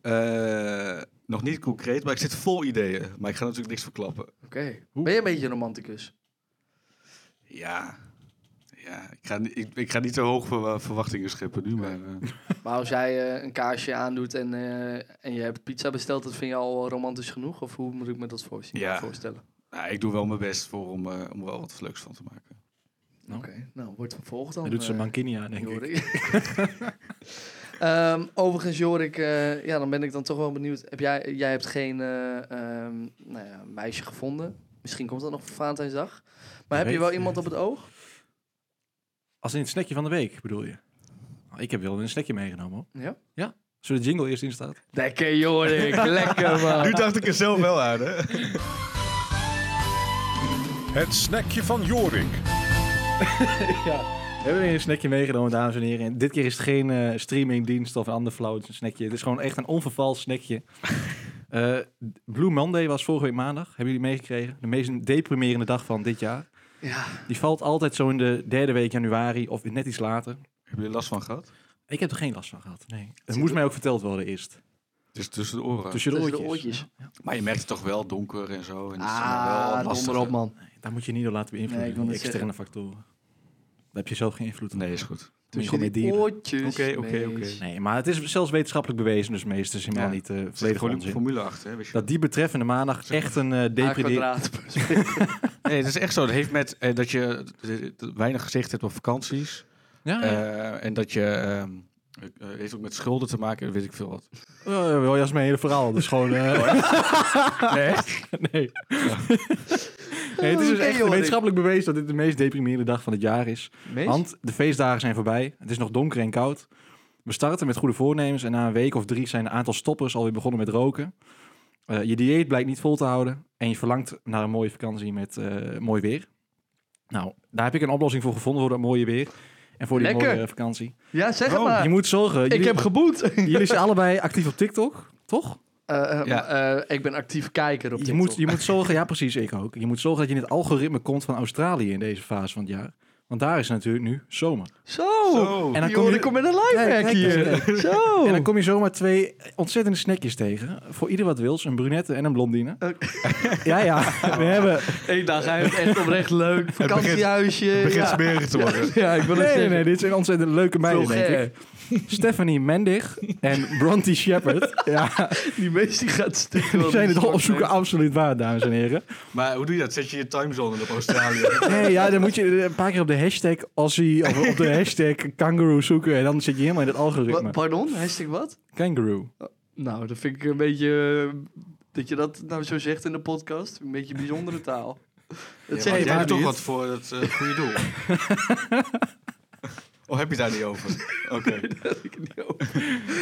[SPEAKER 2] Eh, nog niet concreet, maar ik zit vol ideeën. Maar ik ga natuurlijk niks verklappen.
[SPEAKER 1] Oké. Ben je een beetje een romanticus?
[SPEAKER 2] Ja. Ja, ik ga, ni- ik, ik ga niet te hoog voor, verwachtingen scheppen nu, maar... eh,
[SPEAKER 1] Maar als jij eh, een kaarsje aandoet en, eh, en je hebt pizza besteld, dat vind je al romantisch genoeg? Of hoe moet ik me dat voorzien-
[SPEAKER 2] Ja.
[SPEAKER 1] voorstellen?
[SPEAKER 2] nou, ik doe wel mijn best voor om, eh, om er wel wat leuks van te maken.
[SPEAKER 1] Oké, nou, wordt vervolgd dan.
[SPEAKER 3] Hij doet ze
[SPEAKER 1] eh,
[SPEAKER 3] mankini aan, denk ik.
[SPEAKER 1] Jorik. Ehm, overigens, Jorik, eh, ja, dan ben ik dan toch wel benieuwd. Heb jij, jij hebt geen eh, ehm, nou ja, meisje gevonden. Misschien komt dat nog voor Valentijnsdag. Maar heb je
[SPEAKER 3] weet
[SPEAKER 1] wel
[SPEAKER 3] het
[SPEAKER 1] iemand op het oog?
[SPEAKER 3] Als in het snackje van de week, bedoel je? Nou, Ik heb wel een snackje meegenomen. hoor.
[SPEAKER 1] Ja?
[SPEAKER 3] Zullen de jingle eerst in staat?
[SPEAKER 1] Lekker Jorik, lekker man.
[SPEAKER 2] dacht ik er zelf wel aan, hè?
[SPEAKER 4] Het snackje van Jorik.
[SPEAKER 3] We hebben weer een snackje meegenomen, dames en heren. En dit keer is het geen eh, streamingdienst of een ander flauw het is een snackje. Het is gewoon echt een onvervals snackje. Eh, Blue Monday was vorige week maandag. Hebben jullie meegekregen? De meest deprimerende dag van dit jaar.
[SPEAKER 1] Ja,
[SPEAKER 3] Die valt altijd zo in de derde week januari of net iets later.
[SPEAKER 2] Heb je er last van gehad?
[SPEAKER 3] Ik heb er geen last van gehad. Nee. Het moest mij ook verteld worden eerst.
[SPEAKER 2] Dus tussen de oren.
[SPEAKER 3] Tussen de
[SPEAKER 1] tussen de
[SPEAKER 3] oortjes.
[SPEAKER 1] oortjes.
[SPEAKER 2] Maar je merkt het toch wel donker en zo. En het is allemaal wel
[SPEAKER 1] Ah,
[SPEAKER 2] lastig.
[SPEAKER 1] donder op man.
[SPEAKER 3] Daar moet je niet door laten beïnvloeden.
[SPEAKER 1] Nee, ik wil net
[SPEAKER 3] externe factoren. Daar heb je zelf geen invloed op.
[SPEAKER 2] Nee, is goed.
[SPEAKER 3] Moet je gewoon met
[SPEAKER 1] die
[SPEAKER 3] dieren.
[SPEAKER 1] oortjes.
[SPEAKER 2] Oké, oké,
[SPEAKER 1] Mees.
[SPEAKER 2] oké.
[SPEAKER 3] Nee, maar het is zelfs wetenschappelijk bewezen, dus meestal is helemaal
[SPEAKER 2] Ja.
[SPEAKER 3] niet eh
[SPEAKER 2] Er zit
[SPEAKER 3] volledig
[SPEAKER 2] gewoon een
[SPEAKER 3] onzin.
[SPEAKER 2] formule achter, hè? Weet je
[SPEAKER 3] Dat die betreffende maandag echt een eh
[SPEAKER 1] A
[SPEAKER 3] depredeer...
[SPEAKER 1] kwadraat.
[SPEAKER 2] Nee, het is echt zo. Het heeft met eh, dat je eh, weinig gezicht hebt op vakanties.
[SPEAKER 3] Ja, ja.
[SPEAKER 2] eh, en dat je... ehm, het eh, heeft ook met schulden te maken, weet ik veel wat.
[SPEAKER 3] Oh, wel jas mijn hele verhaal. Dus gewoon. eh,
[SPEAKER 2] Nee?
[SPEAKER 3] nee. nee. Het is dus
[SPEAKER 1] Oké,
[SPEAKER 3] echt
[SPEAKER 1] Jorik.
[SPEAKER 3] wetenschappelijk bewezen dat dit de meest deprimerende dag van het jaar is.
[SPEAKER 1] Mees?
[SPEAKER 3] Want de feestdagen zijn voorbij. Het is nog donker en koud. We starten met goede voornemens en na een week of drie zijn een aantal stoppers alweer begonnen met roken. Eh, je dieet blijkt niet vol te houden en je verlangt naar een mooie vakantie met eh, mooi weer. Nou, daar heb ik een oplossing voor gevonden voor dat mooie weer en voor die
[SPEAKER 1] Lekker.
[SPEAKER 3] mooie eh, vakantie.
[SPEAKER 1] Ja, zeg het
[SPEAKER 2] Oh,
[SPEAKER 1] maar.
[SPEAKER 3] je moet zorgen.
[SPEAKER 1] Ik
[SPEAKER 3] jullie-
[SPEAKER 1] heb geboekt.
[SPEAKER 3] Jullie zijn allebei actief op TikTok, toch?
[SPEAKER 1] Eh, eh,
[SPEAKER 2] Ja.
[SPEAKER 1] eh, ik ben actief kijker op
[SPEAKER 3] Je
[SPEAKER 1] TikTok.
[SPEAKER 3] moet, je moet zorgen, ja precies, ik ook. Je moet zorgen dat je in het algoritme komt van Australië in deze fase van het jaar. Want daar is het natuurlijk nu zomer.
[SPEAKER 1] Zo.
[SPEAKER 2] Zo.
[SPEAKER 1] En
[SPEAKER 3] En
[SPEAKER 1] dan
[SPEAKER 3] dan
[SPEAKER 1] kom
[SPEAKER 3] kom je-
[SPEAKER 1] ik kom met een live
[SPEAKER 3] Kijk,
[SPEAKER 1] hack
[SPEAKER 3] kijk,
[SPEAKER 1] hier.
[SPEAKER 3] kijk,
[SPEAKER 1] Zo.
[SPEAKER 3] En dan kom je zomaar twee ontzettende snackjes tegen. Voor ieder wat wils. Een brunette en een blondine.
[SPEAKER 1] Oké.
[SPEAKER 3] ja, ja. We hebben...
[SPEAKER 1] Eén dag hij heeft echt oprecht leuk. Vakantiehuisje.
[SPEAKER 2] Het begint
[SPEAKER 1] ja.
[SPEAKER 2] smerig te worden.
[SPEAKER 1] ja, ik wil het
[SPEAKER 3] Nee, nee,
[SPEAKER 1] zeggen.
[SPEAKER 3] nee. Dit zijn ontzettend leuke meiden, denk ik.
[SPEAKER 1] Vulgair.
[SPEAKER 3] Stephanie Mendig en Bronte Shepard. Ja,
[SPEAKER 1] Die meest die gaat stikken.
[SPEAKER 3] die zijn het opzoeken absoluut waar, dames en heren.
[SPEAKER 2] Maar hoe doe je dat? Zet je je timezone op Australië?
[SPEAKER 3] Nee, ja, dan moet je een paar keer op de hashtag Aussie of op de hashtag kangaroo zoeken. En dan zit je helemaal in het
[SPEAKER 1] Wa-
[SPEAKER 3] algoritme.
[SPEAKER 1] Pardon? Hashtag wat?
[SPEAKER 3] Kangaroo.
[SPEAKER 1] Nou, dat vind ik een beetje... eh, dat je dat nou zo zegt in de podcast. Een beetje bijzondere taal. Dat
[SPEAKER 2] Ja,
[SPEAKER 1] zeg
[SPEAKER 2] maar
[SPEAKER 1] je
[SPEAKER 2] jij
[SPEAKER 1] maar
[SPEAKER 2] hebt toch
[SPEAKER 1] niet.
[SPEAKER 2] wat voor het eh, goede doel. of heb je daar niet over? Oké.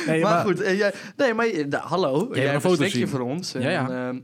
[SPEAKER 3] Nee,
[SPEAKER 1] maar, goed, eh, jij, nee, maar je- nou, hallo. Jij,
[SPEAKER 3] een
[SPEAKER 1] hebt een
[SPEAKER 3] foto
[SPEAKER 1] snackje
[SPEAKER 3] zien.
[SPEAKER 1] voor ons. En,
[SPEAKER 3] Ja, ja.
[SPEAKER 1] ehm, als
[SPEAKER 3] hebben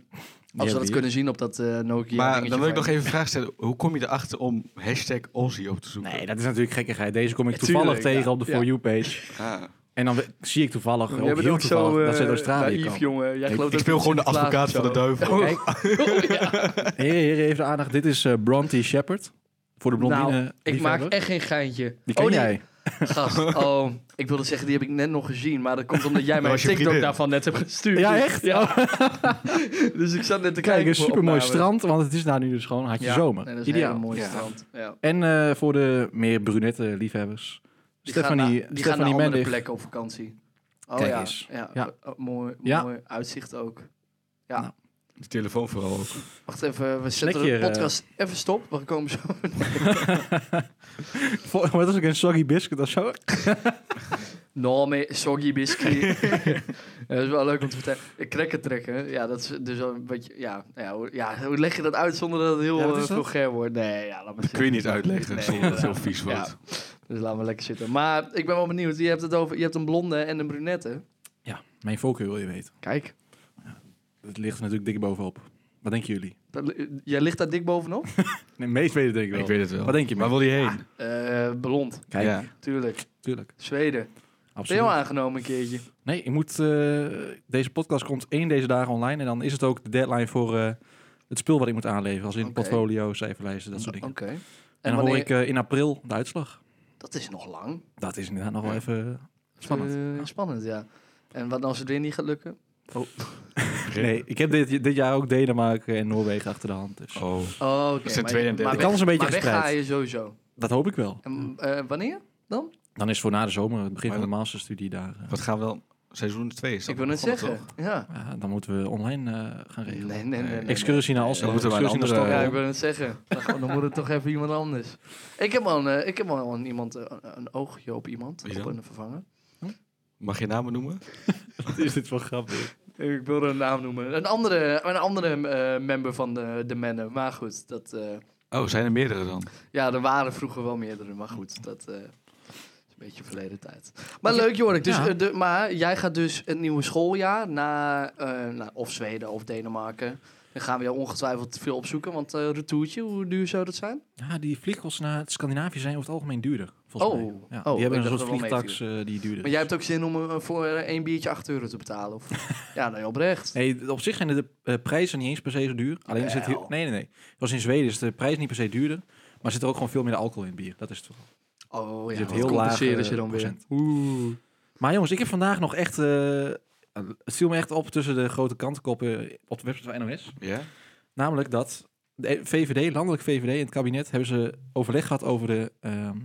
[SPEAKER 1] we
[SPEAKER 3] we
[SPEAKER 1] dat
[SPEAKER 3] hier.
[SPEAKER 1] kunnen zien op dat eh, Nokia.
[SPEAKER 2] Maar
[SPEAKER 1] dingetje
[SPEAKER 2] dan wil ik
[SPEAKER 1] van
[SPEAKER 2] nog even een vraag stellen. Hoe kom je erachter om hashtag Aussie op te zoeken?
[SPEAKER 3] Nee, dat is natuurlijk gekkigheid. Deze kom ik
[SPEAKER 1] Ja,
[SPEAKER 3] toevallig
[SPEAKER 1] tuurlijk,
[SPEAKER 3] tegen
[SPEAKER 1] ja.
[SPEAKER 3] op de
[SPEAKER 1] Ja.
[SPEAKER 3] For You-page.
[SPEAKER 2] Ah.
[SPEAKER 3] En dan we- zie ik toevallig,
[SPEAKER 1] Jij
[SPEAKER 3] ook
[SPEAKER 1] bent
[SPEAKER 3] Oh, heel
[SPEAKER 1] ook
[SPEAKER 3] toevallig,
[SPEAKER 1] zo, eh,
[SPEAKER 3] dat ze uit Australië
[SPEAKER 1] naïef,
[SPEAKER 3] komen.
[SPEAKER 1] jongen. Jij
[SPEAKER 3] Ik-
[SPEAKER 1] gelooft
[SPEAKER 2] Ik
[SPEAKER 1] ook
[SPEAKER 2] speel
[SPEAKER 1] in
[SPEAKER 2] gewoon de
[SPEAKER 1] Sinterklaas
[SPEAKER 2] advocaat
[SPEAKER 1] of
[SPEAKER 2] van de
[SPEAKER 1] zo.
[SPEAKER 2] duivel.
[SPEAKER 3] Kijk, heren, heren, even de aandacht. Dit is eh Bronte Shepard. Voor de blondine
[SPEAKER 1] Nou, ik maak
[SPEAKER 3] liefhebber.
[SPEAKER 1] echt geen geintje.
[SPEAKER 3] Die ken
[SPEAKER 1] oh,
[SPEAKER 3] jij.
[SPEAKER 1] Gast, oh, ik wilde zeggen, die heb ik net nog gezien. Maar dat komt omdat jij mij
[SPEAKER 2] was
[SPEAKER 1] een
[SPEAKER 2] Nou,
[SPEAKER 1] TikTok
[SPEAKER 2] je vriendin.
[SPEAKER 1] daarvan net hebt gestuurd.
[SPEAKER 3] Ja,
[SPEAKER 1] Dus-
[SPEAKER 3] echt? Oh.
[SPEAKER 1] Ja. dus ik zat net te
[SPEAKER 3] Kijk,
[SPEAKER 1] kijken.
[SPEAKER 3] een
[SPEAKER 1] voor
[SPEAKER 3] supermooi
[SPEAKER 1] opname.
[SPEAKER 3] strand, want het is daar nu dus gewoon had je
[SPEAKER 1] Ja,
[SPEAKER 3] zomer.
[SPEAKER 1] nee, dat is een
[SPEAKER 3] Ideaal.
[SPEAKER 1] hele mooie
[SPEAKER 2] Ja.
[SPEAKER 1] strand. Ja.
[SPEAKER 3] En eh, voor de meer brunette liefhebbers.
[SPEAKER 1] Die gaan
[SPEAKER 3] Stephanie,
[SPEAKER 1] naar, die gaan naar
[SPEAKER 3] Stephanie
[SPEAKER 1] andere
[SPEAKER 3] Mendig.
[SPEAKER 1] plekken op vakantie. Oh
[SPEAKER 3] Kijk
[SPEAKER 1] ja,
[SPEAKER 3] eens.
[SPEAKER 1] ja.
[SPEAKER 3] Ja.
[SPEAKER 1] Oh, mooi,
[SPEAKER 3] Ja.
[SPEAKER 1] mooi uitzicht ook.
[SPEAKER 2] De telefoon vooral.
[SPEAKER 1] Wacht even, we zetten
[SPEAKER 3] Snackje,
[SPEAKER 1] de
[SPEAKER 3] eh.
[SPEAKER 1] podcast even stop. We komen zo.
[SPEAKER 3] Vol- Wat is ook een soggy biscuit of zo?
[SPEAKER 1] No, me soggy biscuit. dat is wel leuk om te vertellen. Eh, Krekken trekken, ja, dat is dus wel een beetje... Ja, ja, hoe, ja, hoe leg je dat uit zonder dat het heel
[SPEAKER 3] Ja, wat
[SPEAKER 1] eh,
[SPEAKER 3] is dat?
[SPEAKER 1] vulgair wordt? Nee, ja, laat maar
[SPEAKER 2] Dat kun je niet
[SPEAKER 1] zitten.
[SPEAKER 2] uitleggen
[SPEAKER 1] Nee,
[SPEAKER 2] zonder dat het heel
[SPEAKER 1] inderdaad.
[SPEAKER 2] vies
[SPEAKER 1] Ja.
[SPEAKER 2] wordt.
[SPEAKER 1] Dus laat maar lekker zitten. Maar ik ben wel benieuwd. Je hebt het over... Je hebt een blonde en een brunette.
[SPEAKER 3] Ja, mijn voorkeur wil je weten.
[SPEAKER 1] Kijk.
[SPEAKER 3] Het ligt er natuurlijk dik bovenop. Wat denken jullie?
[SPEAKER 1] dat li- Jij ligt daar dik bovenop?
[SPEAKER 3] Nee, meest weten denk ik wel.
[SPEAKER 2] Ik weet het wel.
[SPEAKER 3] Wat denk je,
[SPEAKER 2] Waar
[SPEAKER 3] Mick?
[SPEAKER 2] wil je heen?
[SPEAKER 1] Eh, blond,
[SPEAKER 3] Kijk,
[SPEAKER 2] Ja.
[SPEAKER 1] tuurlijk.
[SPEAKER 3] tuurlijk.
[SPEAKER 1] Zweden. Ben je
[SPEAKER 3] Absoluut.
[SPEAKER 1] al aangenomen een keertje?
[SPEAKER 3] Nee, ik moet, eh, deze podcast komt één deze dagen online. En dan is het ook de deadline voor eh, het spul wat ik moet aanleveren. Als in
[SPEAKER 1] Oké.
[SPEAKER 3] portfolio, cijferlijsten, dat soort
[SPEAKER 1] Oké.
[SPEAKER 3] dingen.
[SPEAKER 1] En,
[SPEAKER 3] En, dan
[SPEAKER 1] wanneer...
[SPEAKER 3] hoor ik eh, in april de uitslag.
[SPEAKER 1] Dat is nog lang.
[SPEAKER 3] Dat is inderdaad nog wel
[SPEAKER 2] Ja.
[SPEAKER 3] even spannend.
[SPEAKER 1] Eh,
[SPEAKER 3] Ja.
[SPEAKER 1] spannend, ja. En wat nou als het weer niet gaat lukken?
[SPEAKER 3] Nee, ik heb dit, dit jaar ook Denemarken en Noorwegen achter de hand. Dus
[SPEAKER 2] Oh.
[SPEAKER 1] Oh, oké.
[SPEAKER 2] Dat zijn
[SPEAKER 1] maar-
[SPEAKER 2] tweede en derde. Hmm.
[SPEAKER 1] maar
[SPEAKER 3] de kans is een beetje
[SPEAKER 1] Maar weg ga
[SPEAKER 3] gespreid.
[SPEAKER 1] je sowieso.
[SPEAKER 3] Dat hoop ik wel.
[SPEAKER 1] En, eh, wanneer?
[SPEAKER 3] Dan is het voor na de zomer, het begin
[SPEAKER 2] Maar
[SPEAKER 3] van de masterstudie daar. eh,
[SPEAKER 2] Wat gaan we dan? Seizoen 2 is dat
[SPEAKER 1] ik wil het
[SPEAKER 2] begonnen,
[SPEAKER 1] zeggen.
[SPEAKER 2] toch?
[SPEAKER 1] Ja.
[SPEAKER 3] ja, dan moeten we online eh, gaan
[SPEAKER 1] Nee,
[SPEAKER 3] regelen.
[SPEAKER 1] nee, nee. nee, nee.
[SPEAKER 3] Excursie naar Oslo.
[SPEAKER 2] Dan moeten we
[SPEAKER 3] excursie
[SPEAKER 2] een
[SPEAKER 3] naar
[SPEAKER 2] andere-
[SPEAKER 1] Ja, ik
[SPEAKER 3] Stockholm.
[SPEAKER 1] wil het zeggen. Dan, dan moet het toch even iemand anders. Ik heb al een, eh, ik heb al een, iemand, eh, een oogje op iemand.
[SPEAKER 2] Wie
[SPEAKER 1] Op
[SPEAKER 2] dan?
[SPEAKER 1] een vervanger.
[SPEAKER 2] Mag je namen noemen?
[SPEAKER 3] Wat is dit voor grappig?
[SPEAKER 1] Ik wilde een naam noemen. Een andere, een andere eh, member van de, de mannen. Maar goed, dat... eh,
[SPEAKER 2] Oh, zijn er meerdere dan?
[SPEAKER 1] Ja, er waren vroeger wel meerdere, maar goed, dat eh, is een beetje verleden tijd. Maar leuk, Jorik. Dus,
[SPEAKER 3] Ja.
[SPEAKER 1] eh, de, maar jij gaat dus het nieuwe schooljaar naar, eh, naar of Zweden of Denemarken. Dan gaan we jou ongetwijfeld veel opzoeken, want eh retourtje, hoe duur zou dat zijn?
[SPEAKER 3] Ja, die vliegkosten naar Scandinavië zijn over het algemeen duurder. Volgens
[SPEAKER 1] Oh.
[SPEAKER 3] mij. Ja,
[SPEAKER 1] Oh,
[SPEAKER 3] die hebben
[SPEAKER 1] ik
[SPEAKER 3] een
[SPEAKER 1] dacht
[SPEAKER 3] soort
[SPEAKER 1] dat het wel
[SPEAKER 3] vliegtax eh, die duurder
[SPEAKER 1] Maar
[SPEAKER 3] is.
[SPEAKER 1] jij hebt ook zin om eh, voor eh, één biertje 8 euro te betalen? Of? ja, nou, oprecht.
[SPEAKER 3] Nee, op zich zijn de eh, prijzen niet eens per se zo duur. Alleen is het heel...
[SPEAKER 1] Wel.
[SPEAKER 3] Nee, nee, nee. Zoals in Zweden is de prijs niet per se duurder. Maar zit er ook gewoon veel minder alcohol in het bier. Dat is het toch.
[SPEAKER 1] Oh ja,
[SPEAKER 3] zit
[SPEAKER 1] wat
[SPEAKER 3] heel laag,
[SPEAKER 1] compenseren
[SPEAKER 3] eh,
[SPEAKER 1] ze dan weer.
[SPEAKER 3] procent.
[SPEAKER 1] Oeh.
[SPEAKER 3] Maar jongens, ik heb vandaag nog echt... eh, het viel me echt op tussen de grote kantenkoppen op de website van NOS.
[SPEAKER 2] Ja?
[SPEAKER 3] Namelijk dat de E- VVD, landelijk VVD in het kabinet... hebben ze overleg gehad over de, ehm,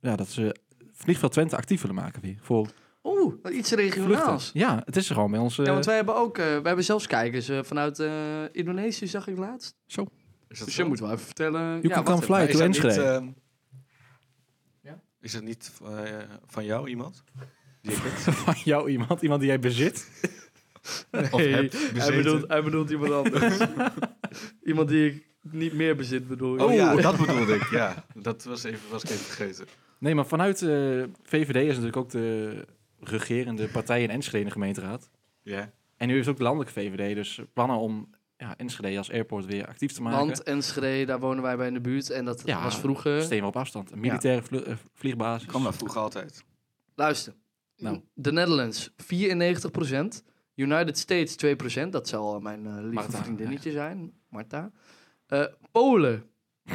[SPEAKER 3] ja, dat ze Vliegveld Twente actief willen maken weer. Voor
[SPEAKER 1] Oeh, iets regionaals.
[SPEAKER 3] vluchten. Ja, het is er gewoon bij ons. eh,
[SPEAKER 1] Ja, want wij hebben ook, eh, wij hebben zelfs kijkers eh, vanuit eh, Indonesië, zag ik laatst.
[SPEAKER 2] Is dat
[SPEAKER 1] Dus
[SPEAKER 2] zo?
[SPEAKER 1] je moet wel even vertellen.
[SPEAKER 3] You
[SPEAKER 1] wacht
[SPEAKER 3] can come
[SPEAKER 1] even.
[SPEAKER 3] fly
[SPEAKER 2] Maar is
[SPEAKER 3] to
[SPEAKER 2] dat niet,
[SPEAKER 3] Enschede.
[SPEAKER 2] ehm, Is dat niet eh, van jou iemand? Die ik het?
[SPEAKER 3] Van jou iemand, iemand die jij bezit.
[SPEAKER 2] Of
[SPEAKER 1] Nee,
[SPEAKER 2] hebt
[SPEAKER 1] hij,
[SPEAKER 2] bezeten?
[SPEAKER 1] bedoelt, hij bedoelt iemand anders. iemand die ik niet meer bezit, bedoel ik.
[SPEAKER 2] Oh ja, dat bedoelde ik. Ja, dat was, even, was ik even vergeten.
[SPEAKER 3] Nee, maar vanuit eh, VVD is natuurlijk ook de regerende partij in Enschede in de gemeenteraad.
[SPEAKER 2] Ja.
[SPEAKER 3] En nu is het ook de landelijke VVD, dus plannen om ja, Enschede als airport weer actief te maken.
[SPEAKER 1] Want eh, Enschede, daar wonen wij bij in de buurt. En dat
[SPEAKER 3] Ja,
[SPEAKER 1] was vroeger...
[SPEAKER 3] Steen we op afstand. Een militaire vlu- eh, vliegbasis.
[SPEAKER 2] Kwam daar vroeger altijd.
[SPEAKER 1] Luister.
[SPEAKER 3] Nou.
[SPEAKER 1] De Netherlands, 94%. United States, 2%. Dat zal eh, mijn eh, lieve
[SPEAKER 3] Martha,
[SPEAKER 1] vriendinnetje zijn. Marta. Eh, Polen, 2%.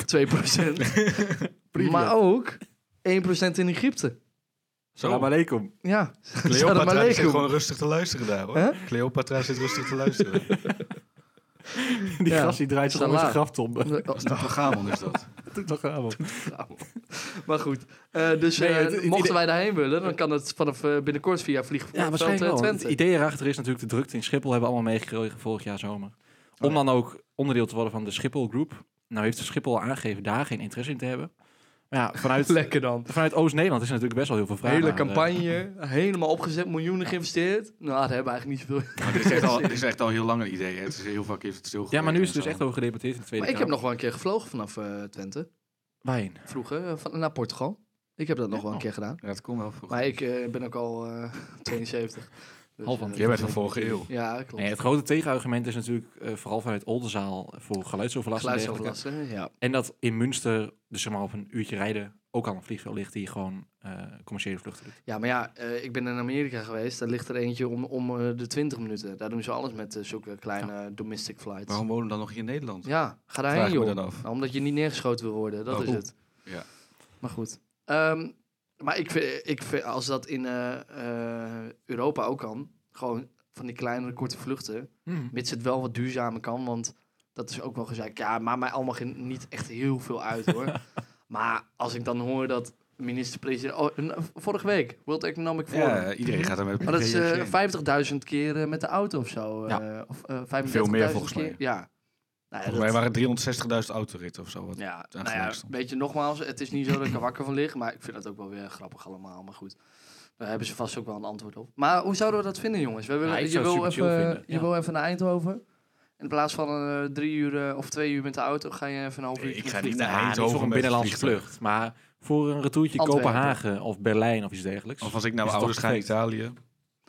[SPEAKER 3] Privet.
[SPEAKER 1] Maar ook 1% in Egypte.
[SPEAKER 2] Zo,
[SPEAKER 3] Salam alaikum.
[SPEAKER 1] Ja, Salam
[SPEAKER 2] Cleopatra
[SPEAKER 1] alaikum.
[SPEAKER 2] zit gewoon rustig te luisteren daar, hoor.
[SPEAKER 1] Huh?
[SPEAKER 2] Cleopatra zit rustig te luisteren.
[SPEAKER 3] Die
[SPEAKER 1] Ja.
[SPEAKER 3] gast die draait zich om in
[SPEAKER 1] Salah.
[SPEAKER 3] zijn graftombe.
[SPEAKER 2] Dat is een programma, is dat.
[SPEAKER 1] Maar goed, eh, dus
[SPEAKER 3] Nee,
[SPEAKER 1] eh,
[SPEAKER 3] het- het idee-
[SPEAKER 1] mochten wij daarheen willen, dan kan het vanaf eh, binnenkort via
[SPEAKER 3] Ja,
[SPEAKER 1] vliegveld eh,
[SPEAKER 3] waarschijnlijk wel. Het
[SPEAKER 1] Twente.
[SPEAKER 3] idee erachter is natuurlijk de drukte in Schiphol hebben we allemaal meegekregen vorig jaar zomer. Om dan ook onderdeel te worden van de Schiphol Group. Nou heeft Schiphol al aangegeven daar geen interesse in te hebben. Maar ja, vanuit,
[SPEAKER 1] Lekker dan.
[SPEAKER 3] vanuit Oost-Nederland is er natuurlijk best wel heel veel vraag.
[SPEAKER 1] Hele
[SPEAKER 3] naar, eh,
[SPEAKER 1] campagne, helemaal opgezet, miljoenen geïnvesteerd. Nou, daar hebben we eigenlijk niet zoveel.
[SPEAKER 2] Maar dit is echt al, dit is echt al heel lang een idee. Hè. Het is heel vaak heeft het stil.
[SPEAKER 3] Ja, maar nu is het dus echt over gedebatteerd in de Tweede
[SPEAKER 1] Maar ik heb
[SPEAKER 3] Kamer.
[SPEAKER 1] nog wel een keer gevlogen vanaf eh, Twente,
[SPEAKER 3] Wijn.
[SPEAKER 1] vroeger, eh, van, naar Portugal. Ik heb dat nog
[SPEAKER 3] Ja,
[SPEAKER 1] wel een
[SPEAKER 3] oh.
[SPEAKER 1] keer gedaan.
[SPEAKER 2] Ja, dat komt wel vroeg.
[SPEAKER 1] Maar ik eh, ben ook al eh, 72. Dus,
[SPEAKER 3] Half aan
[SPEAKER 1] eh,
[SPEAKER 2] Jij bent van vorige eeuw.
[SPEAKER 1] Ja, klopt.
[SPEAKER 3] Nee, het grote tegenargument is natuurlijk eh, vooral vanuit Oldenzaal voor geluidsoverlast. en dergelijke.
[SPEAKER 1] Geluidsoverlast, hè? ja.
[SPEAKER 3] En dat in Münster, dus zeg maar op een uurtje rijden, ook al een vliegveld ligt die gewoon eh, commerciële vluchten doet.
[SPEAKER 1] Ja, maar ja, eh, ik ben in Amerika geweest. Daar ligt er eentje om, om eh, de 20 minuten. Daar doen ze alles met eh, zulke kleine domestic flights.
[SPEAKER 2] Waarom wonen we dan nog hier in Nederland?
[SPEAKER 1] Ja, ga
[SPEAKER 2] Vraag
[SPEAKER 1] daarheen,
[SPEAKER 2] ik me
[SPEAKER 1] joh.
[SPEAKER 2] dan af.
[SPEAKER 1] Nou, omdat je niet neergeschoten wil worden, dat
[SPEAKER 2] Oh.
[SPEAKER 1] is het.
[SPEAKER 2] Ja.
[SPEAKER 1] Maar goed. Ehm, maar ik vind, ik vind, als dat in eh, eh, Europa ook kan, gewoon van die kleinere, korte vluchten, mits het wel wat duurzamer kan, want dat is ook wel gezeik. Ja, maakt mij allemaal geen, niet echt heel veel uit, hoor. maar als ik dan hoor dat minister-president... Oh, n- vorige week, World Economic Forum.
[SPEAKER 2] Ja, iedereen gaat er met
[SPEAKER 1] Maar dat is eh,
[SPEAKER 2] PSV.
[SPEAKER 1] 50.000 keer eh, met de auto of zo. eh, of, eh, 35.000
[SPEAKER 2] Veel meer volgens mij.
[SPEAKER 1] keer. Ja. Nou, ja,
[SPEAKER 2] Volgens mij
[SPEAKER 1] dat-
[SPEAKER 2] waren het 360.000 autoritten of zo. Wat.
[SPEAKER 1] ja,
[SPEAKER 2] aan
[SPEAKER 1] nou ja,
[SPEAKER 2] gelijk stond.
[SPEAKER 1] weet je, nogmaals, het is niet zo dat ik er wakker van lig, maar ik vind dat ook wel weer grappig allemaal. Maar goed, daar hebben ze vast ook wel een antwoord op. Maar hoe zouden we dat vinden, jongens? We willen,
[SPEAKER 3] Ja, ik
[SPEAKER 1] je
[SPEAKER 3] zou het
[SPEAKER 1] wil
[SPEAKER 3] super chill
[SPEAKER 1] even,
[SPEAKER 3] vinden,
[SPEAKER 1] je
[SPEAKER 3] ja.
[SPEAKER 1] wil even naar Eindhoven. In plaats van eh, drie uur eh, of twee uur met de auto, ga je even een half
[SPEAKER 2] Nee,
[SPEAKER 1] uur.
[SPEAKER 2] ik ga niet
[SPEAKER 3] Ja,
[SPEAKER 2] naar
[SPEAKER 3] niet
[SPEAKER 2] Eindhoven
[SPEAKER 3] voor een
[SPEAKER 2] met
[SPEAKER 3] binnenlandse
[SPEAKER 2] vliegtuig.
[SPEAKER 3] vlucht, maar voor een retourtje
[SPEAKER 1] Antwerpen.
[SPEAKER 3] Kopenhagen of Berlijn of iets dergelijks.
[SPEAKER 2] Of als ik naar
[SPEAKER 3] Is
[SPEAKER 2] mijn ouders
[SPEAKER 3] het toch
[SPEAKER 2] ga in
[SPEAKER 3] perfect?
[SPEAKER 2] Italië.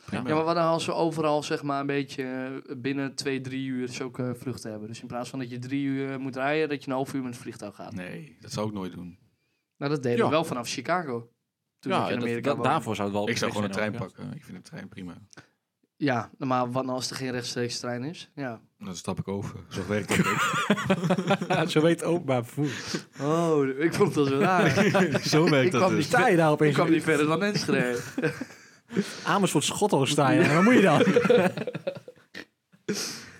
[SPEAKER 2] Prima.
[SPEAKER 1] Ja, maar wat nou als we overal zeg maar een beetje eh, binnen twee, drie uur zulke vluchten hebben? Dus in plaats van dat je drie uur eh, moet rijden, dat je een half uur met het vliegtuig gaat.
[SPEAKER 2] Nee, dat zou ik nooit doen.
[SPEAKER 1] Nou, dat deden
[SPEAKER 3] Ja.
[SPEAKER 1] we wel vanaf Chicago. Toen
[SPEAKER 3] ja,
[SPEAKER 1] ik in
[SPEAKER 3] dat-
[SPEAKER 1] Amerika
[SPEAKER 3] dat-
[SPEAKER 1] woonde.
[SPEAKER 3] daarvoor zou het wel
[SPEAKER 2] Ik zou gewoon een
[SPEAKER 3] perfect
[SPEAKER 2] trein
[SPEAKER 3] zijn ook,
[SPEAKER 2] pakken. Ik vind een trein prima.
[SPEAKER 1] Ja, maar wat nou als er geen rechtstreeks trein is? Ja.
[SPEAKER 2] Dan stap ik over. Zo werkt dat ook.
[SPEAKER 3] ja. Zo weet openbaar vervoer.
[SPEAKER 1] Oh, ik vond dat zo raar.
[SPEAKER 2] Zo
[SPEAKER 1] Ik
[SPEAKER 2] werkt dat
[SPEAKER 1] kwam
[SPEAKER 2] dus.
[SPEAKER 1] niet-
[SPEAKER 3] Sta je daar
[SPEAKER 1] ik
[SPEAKER 3] opeens?
[SPEAKER 1] kwam niet verder dan Enschede.
[SPEAKER 3] Amersfoort Schotto sta je. Waar moet je dan?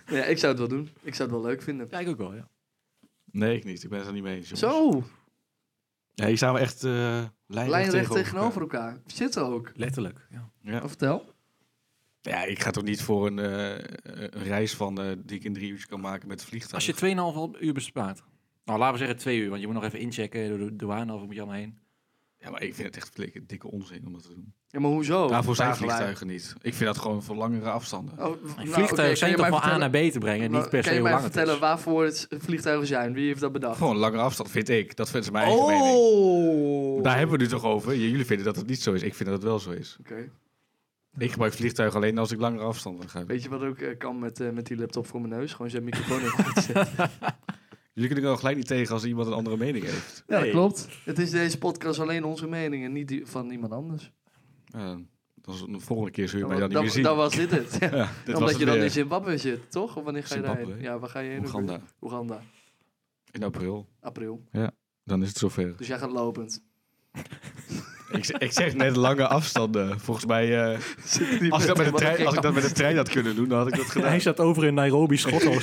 [SPEAKER 1] Ja, ik zou het wel doen. Ik zou het wel leuk vinden.
[SPEAKER 3] Ja, ik ook wel, ja.
[SPEAKER 2] Nee, ik niet. Ik ben het er niet mee eens. jongens.
[SPEAKER 1] Zo,
[SPEAKER 2] Ja, hier staan we echt eh lijnrecht,
[SPEAKER 1] lijnrecht
[SPEAKER 2] tegenover
[SPEAKER 1] tegenover elkaar. Zit ook.
[SPEAKER 3] Letterlijk, ja.
[SPEAKER 2] Ja.
[SPEAKER 1] Oh, vertel.
[SPEAKER 2] Ja, ik ga toch niet voor een, eh, een reis van eh, die ik in drie uurtjes kan maken met het vliegtuig.
[SPEAKER 3] Als je 2,5 uur bespaart. Nou, laten we zeggen 2 uur, want je moet nog even inchecken door de douane of moet je allemaal heen.
[SPEAKER 2] Ja, maar ik vind het echt flikke- dikke onzin om dat te doen.
[SPEAKER 1] Ja, maar hoezo?
[SPEAKER 2] Daarvoor zijn
[SPEAKER 1] Vragen wij.
[SPEAKER 2] vliegtuigen niet. Ik vind dat gewoon voor langere afstanden.
[SPEAKER 1] Oh, v- nou,
[SPEAKER 3] vliegtuigen
[SPEAKER 1] oké, kan
[SPEAKER 3] zijn
[SPEAKER 1] je mij
[SPEAKER 3] toch van A
[SPEAKER 1] vertellen-
[SPEAKER 3] naar B te brengen, niet
[SPEAKER 1] Nou,
[SPEAKER 3] per se
[SPEAKER 1] Kan je
[SPEAKER 3] hoe
[SPEAKER 1] mij
[SPEAKER 3] lang het
[SPEAKER 1] vertellen
[SPEAKER 3] is.
[SPEAKER 1] waarvoor het vliegtuigen zijn? Wie heeft dat bedacht?
[SPEAKER 2] Gewoon langere afstand vind ik. Dat vindt ze mijn eigen mening.
[SPEAKER 1] Oh!
[SPEAKER 2] Daar hebben we het nu toch over. J- Jullie vinden dat het niet zo is. Ik vind dat het wel zo is.
[SPEAKER 1] Oké.
[SPEAKER 2] Ik gebruik vliegtuigen alleen als ik langere afstanden ga.
[SPEAKER 1] Weet je wat ook eh, kan met, eh, met die laptop voor mijn neus? Gewoon zijn microfoon even uitzetten.
[SPEAKER 2] Jullie kunnen er al gelijk niet tegen als iemand een andere mening heeft.
[SPEAKER 1] Ja, dat
[SPEAKER 3] Nee.
[SPEAKER 1] klopt. Het is deze podcast alleen onze mening en niet die van iemand anders.
[SPEAKER 2] Ja, Eh, dan is het de volgende keer zul je
[SPEAKER 1] Dan,
[SPEAKER 2] mij dan niet
[SPEAKER 1] dan-
[SPEAKER 2] meer zien.
[SPEAKER 1] dan was dit het. Ja.
[SPEAKER 2] ja, dit was
[SPEAKER 1] Omdat
[SPEAKER 2] het
[SPEAKER 1] je dan
[SPEAKER 2] weer.
[SPEAKER 1] in Zimbabwe zit, toch? Of wanneer ga je
[SPEAKER 2] Zimbabwe.
[SPEAKER 1] daarheen? Ja, waar ga je heen?
[SPEAKER 2] Oeganda.
[SPEAKER 1] Oeganda.
[SPEAKER 2] In april.
[SPEAKER 1] April.
[SPEAKER 2] Dan is het zover.
[SPEAKER 1] Dus jij gaat lopend.
[SPEAKER 2] ik, z- ik zeg net lange afstanden. Volgens mij... eh, als, ik dat met de trein, als ik dat met de trein had kunnen doen, dan had ik dat gedaan.
[SPEAKER 3] Hij staat over in Nairobi, Schotland.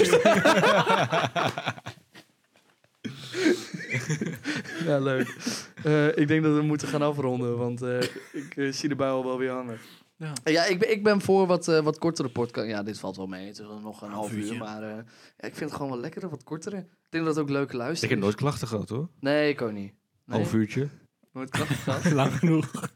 [SPEAKER 1] Ja, leuk. Eh, ik denk dat we moeten gaan afronden, want eh, ik eh, zie de bui al wel weer hangen.
[SPEAKER 3] Ja.
[SPEAKER 1] Ja, ik, ben, ik ben voor wat, eh, wat kortere podcast. Ja, dit valt wel mee. Het is wel nog een
[SPEAKER 3] Half
[SPEAKER 1] half uur,
[SPEAKER 3] uurtje.
[SPEAKER 1] maar eh, ja, ik vind het gewoon wel lekkerder, wat kortere. Ik denk dat het ook leuke
[SPEAKER 2] Ik
[SPEAKER 1] luisteren
[SPEAKER 2] heb
[SPEAKER 1] is.
[SPEAKER 2] nooit klachten gehad hoor.
[SPEAKER 1] Nee, ik ook niet. Nee,
[SPEAKER 2] Half uurtje.
[SPEAKER 1] Nooit klachten gehad.
[SPEAKER 3] Lang genoeg.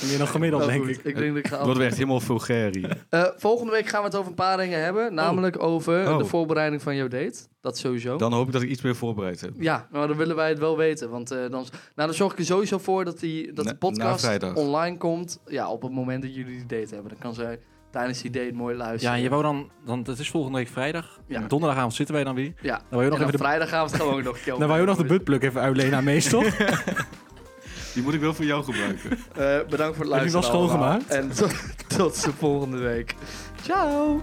[SPEAKER 3] Is meer dan gemiddeld,
[SPEAKER 1] Nou,
[SPEAKER 3] denk
[SPEAKER 1] goed,
[SPEAKER 3] ik.
[SPEAKER 1] denk dat ik ga
[SPEAKER 2] Dat wordt echt helemaal vulgair hier.
[SPEAKER 1] Eh, volgende week gaan we het over een paar dingen hebben. Namelijk over
[SPEAKER 2] Oh.
[SPEAKER 1] de voorbereiding van jouw date. Dat sowieso.
[SPEAKER 2] Dan hoop ik dat ik iets meer voorbereid heb.
[SPEAKER 1] Ja, maar dan willen wij het wel weten. Want eh, dan, nou, dan zorg ik er sowieso voor dat, die, dat
[SPEAKER 2] Na-
[SPEAKER 1] de
[SPEAKER 2] na
[SPEAKER 1] podcast
[SPEAKER 2] vrijdag.
[SPEAKER 1] online komt. Ja, op het moment dat jullie die date hebben. Dan kan zij tijdens die date mooi
[SPEAKER 3] Ja,
[SPEAKER 1] luisteren.
[SPEAKER 3] en je wou dan, dan, dat is volgende week vrijdag.
[SPEAKER 1] Ja.
[SPEAKER 3] En Donderdagavond zitten wij dan weer.
[SPEAKER 1] Ja.
[SPEAKER 3] Dan Nou, wou je
[SPEAKER 1] En
[SPEAKER 3] nog
[SPEAKER 1] dan
[SPEAKER 3] even de,
[SPEAKER 1] vrijdagavond gewoon nog een keer
[SPEAKER 3] dan wou je ook nog de
[SPEAKER 1] opnemen.
[SPEAKER 3] buttplug even uitlenen aan meestal.
[SPEAKER 2] Die moet ik wel voor jou gebruiken.
[SPEAKER 1] Eh, Bedankt voor het
[SPEAKER 3] Heb je
[SPEAKER 1] luisteren.
[SPEAKER 3] wel schoongemaakt?
[SPEAKER 1] allemaal. En tot, tot de volgende week. Ciao!